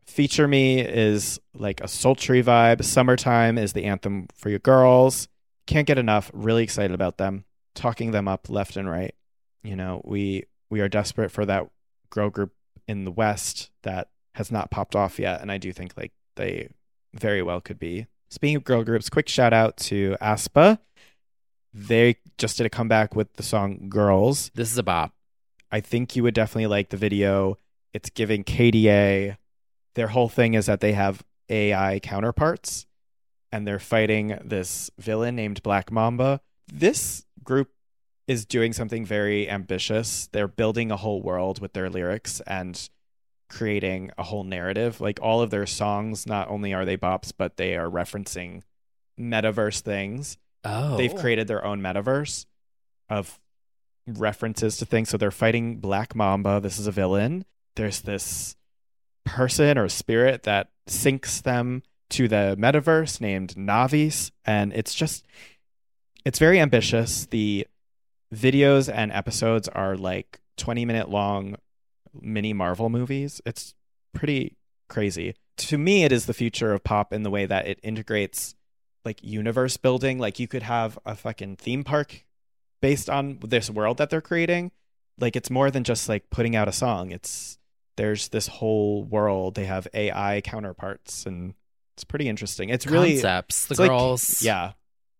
S4: Feature Me is like a sultry vibe. Summertime is the anthem for your girls. Can't get enough. Really excited about them. Talking them up left and right. You know, we we are desperate for that girl group in the West that has not popped off yet. And I do think like they very well could be. Speaking of girl groups, quick shout out to Aspa. They just did a comeback with the song Girls.
S3: This is a bop.
S4: I think you would definitely like the video. It's giving KDA. Their whole thing is that they have AI counterparts and they're fighting this villain named Black Mamba. This group is doing something very ambitious. They're building a whole world with their lyrics and creating a whole narrative. Like all of their songs, not only are they bops, but they are referencing metaverse things.
S3: Oh.
S4: They've created their own metaverse of references to things. So they're fighting Black Mamba. This is a villain. There's this person or spirit that sinks them to the metaverse named Navis. And it's just, it's very ambitious. The videos and episodes are like 20 minute long mini Marvel movies. It's pretty crazy. To me, it is the future of pop in the way that it integrates like universe building. Like you could have a fucking theme park based on this world that they're creating. Like it's more than just like putting out a song. It's there's this whole world. They have AI counterparts and it's pretty interesting. It's really
S3: Concepts, the
S4: it's like-
S3: girls.
S4: yeah.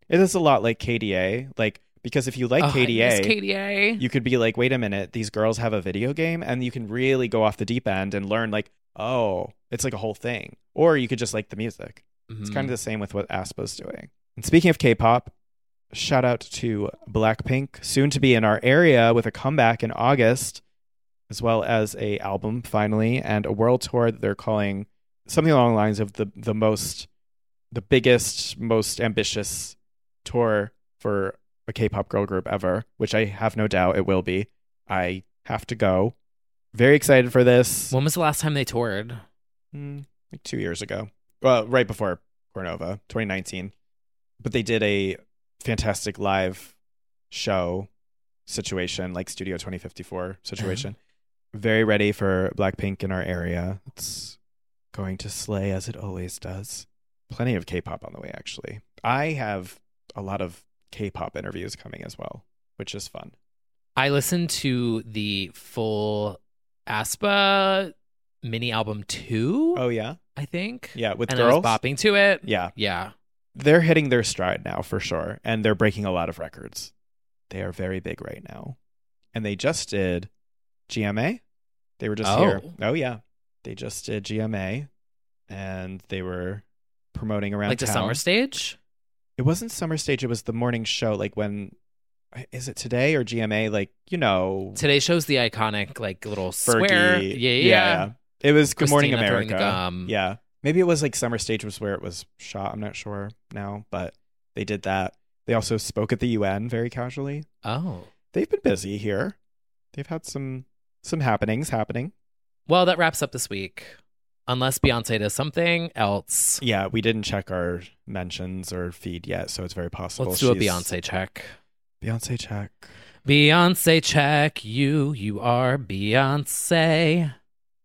S4: It is a lot like KDA. Like because if you like
S3: Oh, I
S4: KDA,
S3: miss KDA.
S4: you could be like, wait a minute, these girls have a video game, and you can really go off the deep end and learn like, oh, it's like a whole thing. Or you could just like the music. It's
S3: Mhm.
S4: kind of the same with what Aspa's doing. And speaking of K-pop, shout out to Blackpink, soon to be in our area with a comeback in August, as well as a album finally and a world tour that they're calling something along the lines of the the most the biggest, most ambitious tour for a K-pop girl group ever, which I have no doubt it will be. I have to go. Very excited for this.
S3: When was the last time they toured?
S4: Mm, like two years ago. Well, right before Cornova, 2019. But they did a fantastic live show situation, like Studio 2054 situation. Very ready for Blackpink in our area. It's going to slay as it always does. Plenty of K-pop on the way, actually. I have a lot of K-pop interviews coming as well, which is fun.
S3: I listened to the full Aspa mini album two.
S4: Oh yeah,
S3: I think.
S4: Yeah, with
S3: and
S4: girls.
S3: I was bopping to it.
S4: Yeah.
S3: yeah.
S4: They're hitting their stride now for sure, and they're breaking a lot of records. They are very big right now. And they just did GMA. They were just
S3: Oh.
S4: here. Oh yeah. They just did GMA and they were promoting around
S3: like the
S4: town.
S3: summer stage.
S4: It wasn't summer stage, it was the morning show like when is it today or GMA like, you know,
S3: Today shows the iconic like little
S4: Fergie.
S3: square. Yeah, yeah. yeah.
S4: It was Good Morning
S3: Christina throwing
S4: America.
S3: the gum.
S4: Yeah. Maybe it was like Summer Stage was where it was shot. I'm not sure now, but they did that. They also spoke at the UN very casually.
S3: Oh.
S4: They've been busy here. They've had some some happenings happening.
S3: Well, that wraps up this week. Unless Beyonce does something else.
S4: Yeah, we didn't check our mentions or feed yet, so it's very possible.
S3: Let's do a
S4: she's-
S3: Beyonce check.
S4: Beyonce check.
S3: Beyonce check you. You are Beyonce.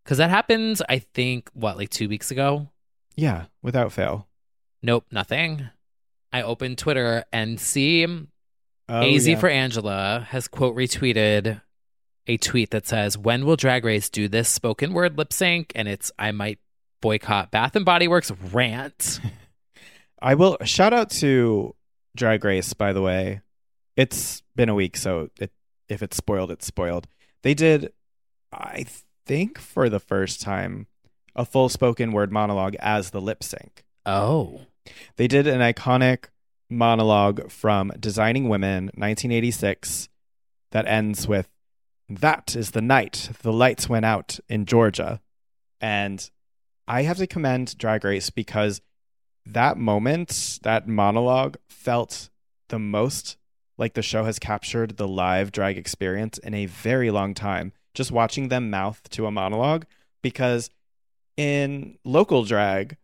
S3: Because that happened, I think, what, like two weeks ago?
S4: Yeah, without fail.
S3: Nope, nothing. I opened Twitter and see
S4: Oh,
S3: AZ
S4: yeah.
S3: for Angela has quote retweeted a tweet that says, When will Drag Race do this spoken word lip sync? And it's, I might boycott Bath and Body Works rant.
S4: I will shout out to Drag Race, by the way. It's been a week, so it, if it's spoiled, it's spoiled. They did, I think, for the first time, a full spoken word monologue as the lip sync.
S3: Oh.
S4: They did an iconic monologue from Designing Women, 1986, that ends with, That is the night the lights went out in Georgia. And I have to commend Drag Race because that moment, that monologue felt the most like the show has captured the live drag experience in a very long time. Just watching them mouth to a monologue, because in local drag,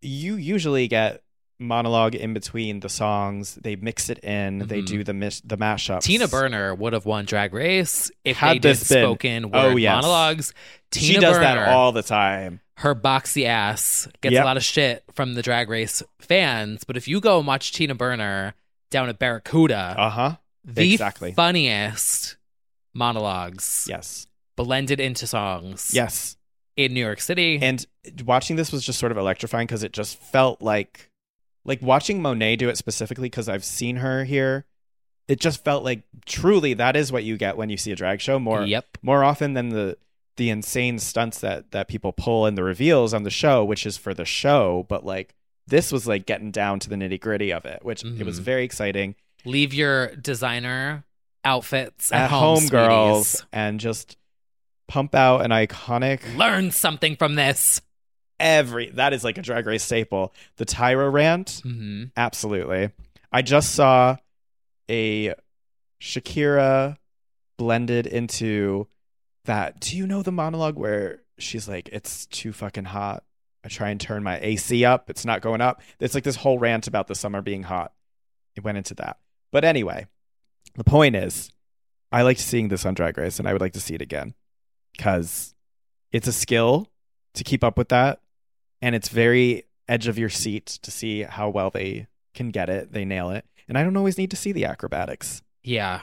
S4: you usually get monologue in between the songs. They mix it in. They
S3: Mhm.
S4: do the mis- the mashups.
S3: Tina Burner would have won Drag Race if
S4: Had
S3: they did
S4: this been-
S3: spoken
S4: Oh,
S3: word
S4: yes.
S3: monologues. Tina
S4: she does that
S3: Burner,
S4: all the time.
S3: Her boxy ass gets
S4: Yep.
S3: a lot of shit from the Drag Race fans, but if you go and watch Tina Burner down at Barracuda,
S4: uh huh,
S3: the
S4: Exactly.
S3: funniest monologues,
S4: yes,
S3: blended into songs,
S4: Yes.
S3: in New York City,
S4: and watching this was just sort of electrifying because it just felt like like watching Monet do it specifically because I've seen her here. It just felt like truly that is what you get when you see a drag show more
S3: Yep.
S4: more often than the the insane stunts that that people pull and the reveals on the show, which is for the show, but like this was like getting down to the nitty gritty of it, which it was
S3: Mhm.
S4: very exciting.
S3: leave your designer outfits at,
S4: At home,
S3: sweeties.
S4: girls, and just pump out an iconic
S3: Learn something from this.
S4: every that is like a drag race staple. The Tyra rant,
S3: Mhm.
S4: absolutely. I just saw a Shakira blended into that. Do you know the monologue where she's like, "It's too fucking hot. I try and turn my AC up. It's not going up." It's like this whole rant about the summer being hot. It went into that. But anyway, the point is, I liked seeing this on Drag Race, and I would like to see it again because it's a skill to keep up with that and it's very edge of your seat to see how well they can get it they nail it and i don't always need to see the acrobatics
S3: Yeah.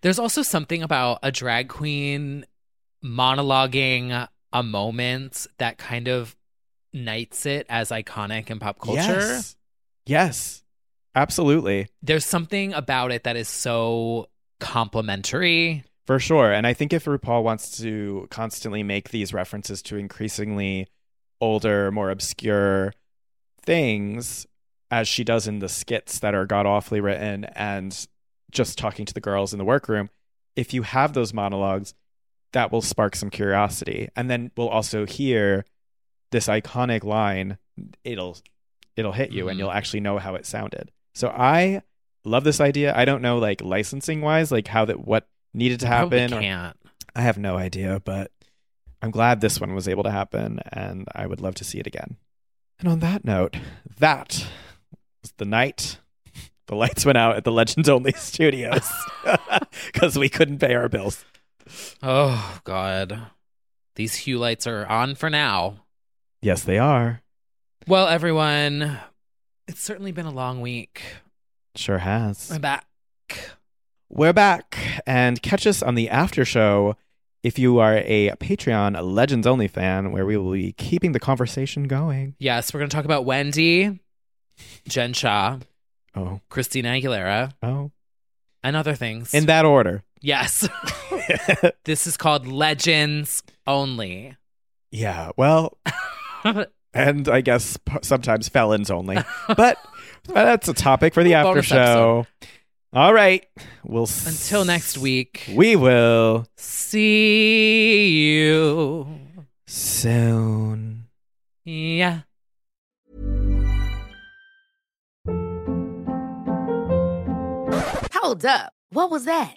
S3: There's also something about a drag queen monologuing a moment that kind of knights it as iconic in pop culture.
S4: yes, yes. absolutely
S3: There's something about it that is so complimentary.
S4: for sure and i think if rupaul wants to constantly make these references to increasingly older more obscure things as she does in the skits that are god awfully written and just talking to the girls in the workroom if you have those monologues that will spark some curiosity and then we'll also hear this iconic line it'll it'll hit you and you'll actually know how it sounded so i love this idea i don't know like licensing wise like how that what needed to
S3: Probably
S4: happen or-
S3: can't.
S4: i have no idea but i'm glad this one was able to happen and i would love to see it again and on that note that was the night the lights went out at the legends only studios because we couldn't pay our bills
S3: Oh god. These hue lights are on for now.
S4: yes they are
S3: Well, everyone, it's certainly been a long week.
S4: sure has
S3: I'm back.
S4: We're back and catch us on the after show if you are a Patreon Legends Only fan, where we will be keeping the conversation going.
S3: Yes, we're going to talk about Wendy, Jen Shaw,
S4: Oh.
S3: Christina Aguilera,
S4: Oh.
S3: and other things.
S4: In that order.
S3: yes. this is called Legends Only.
S4: Yeah, well, and I guess p- sometimes felons only, but that's a topic for the after
S3: Bonus
S4: show. All right. We'll s-
S3: Until next week,
S4: we will
S3: see you
S4: soon.
S3: Yeah.
S2: Hold up. What was that?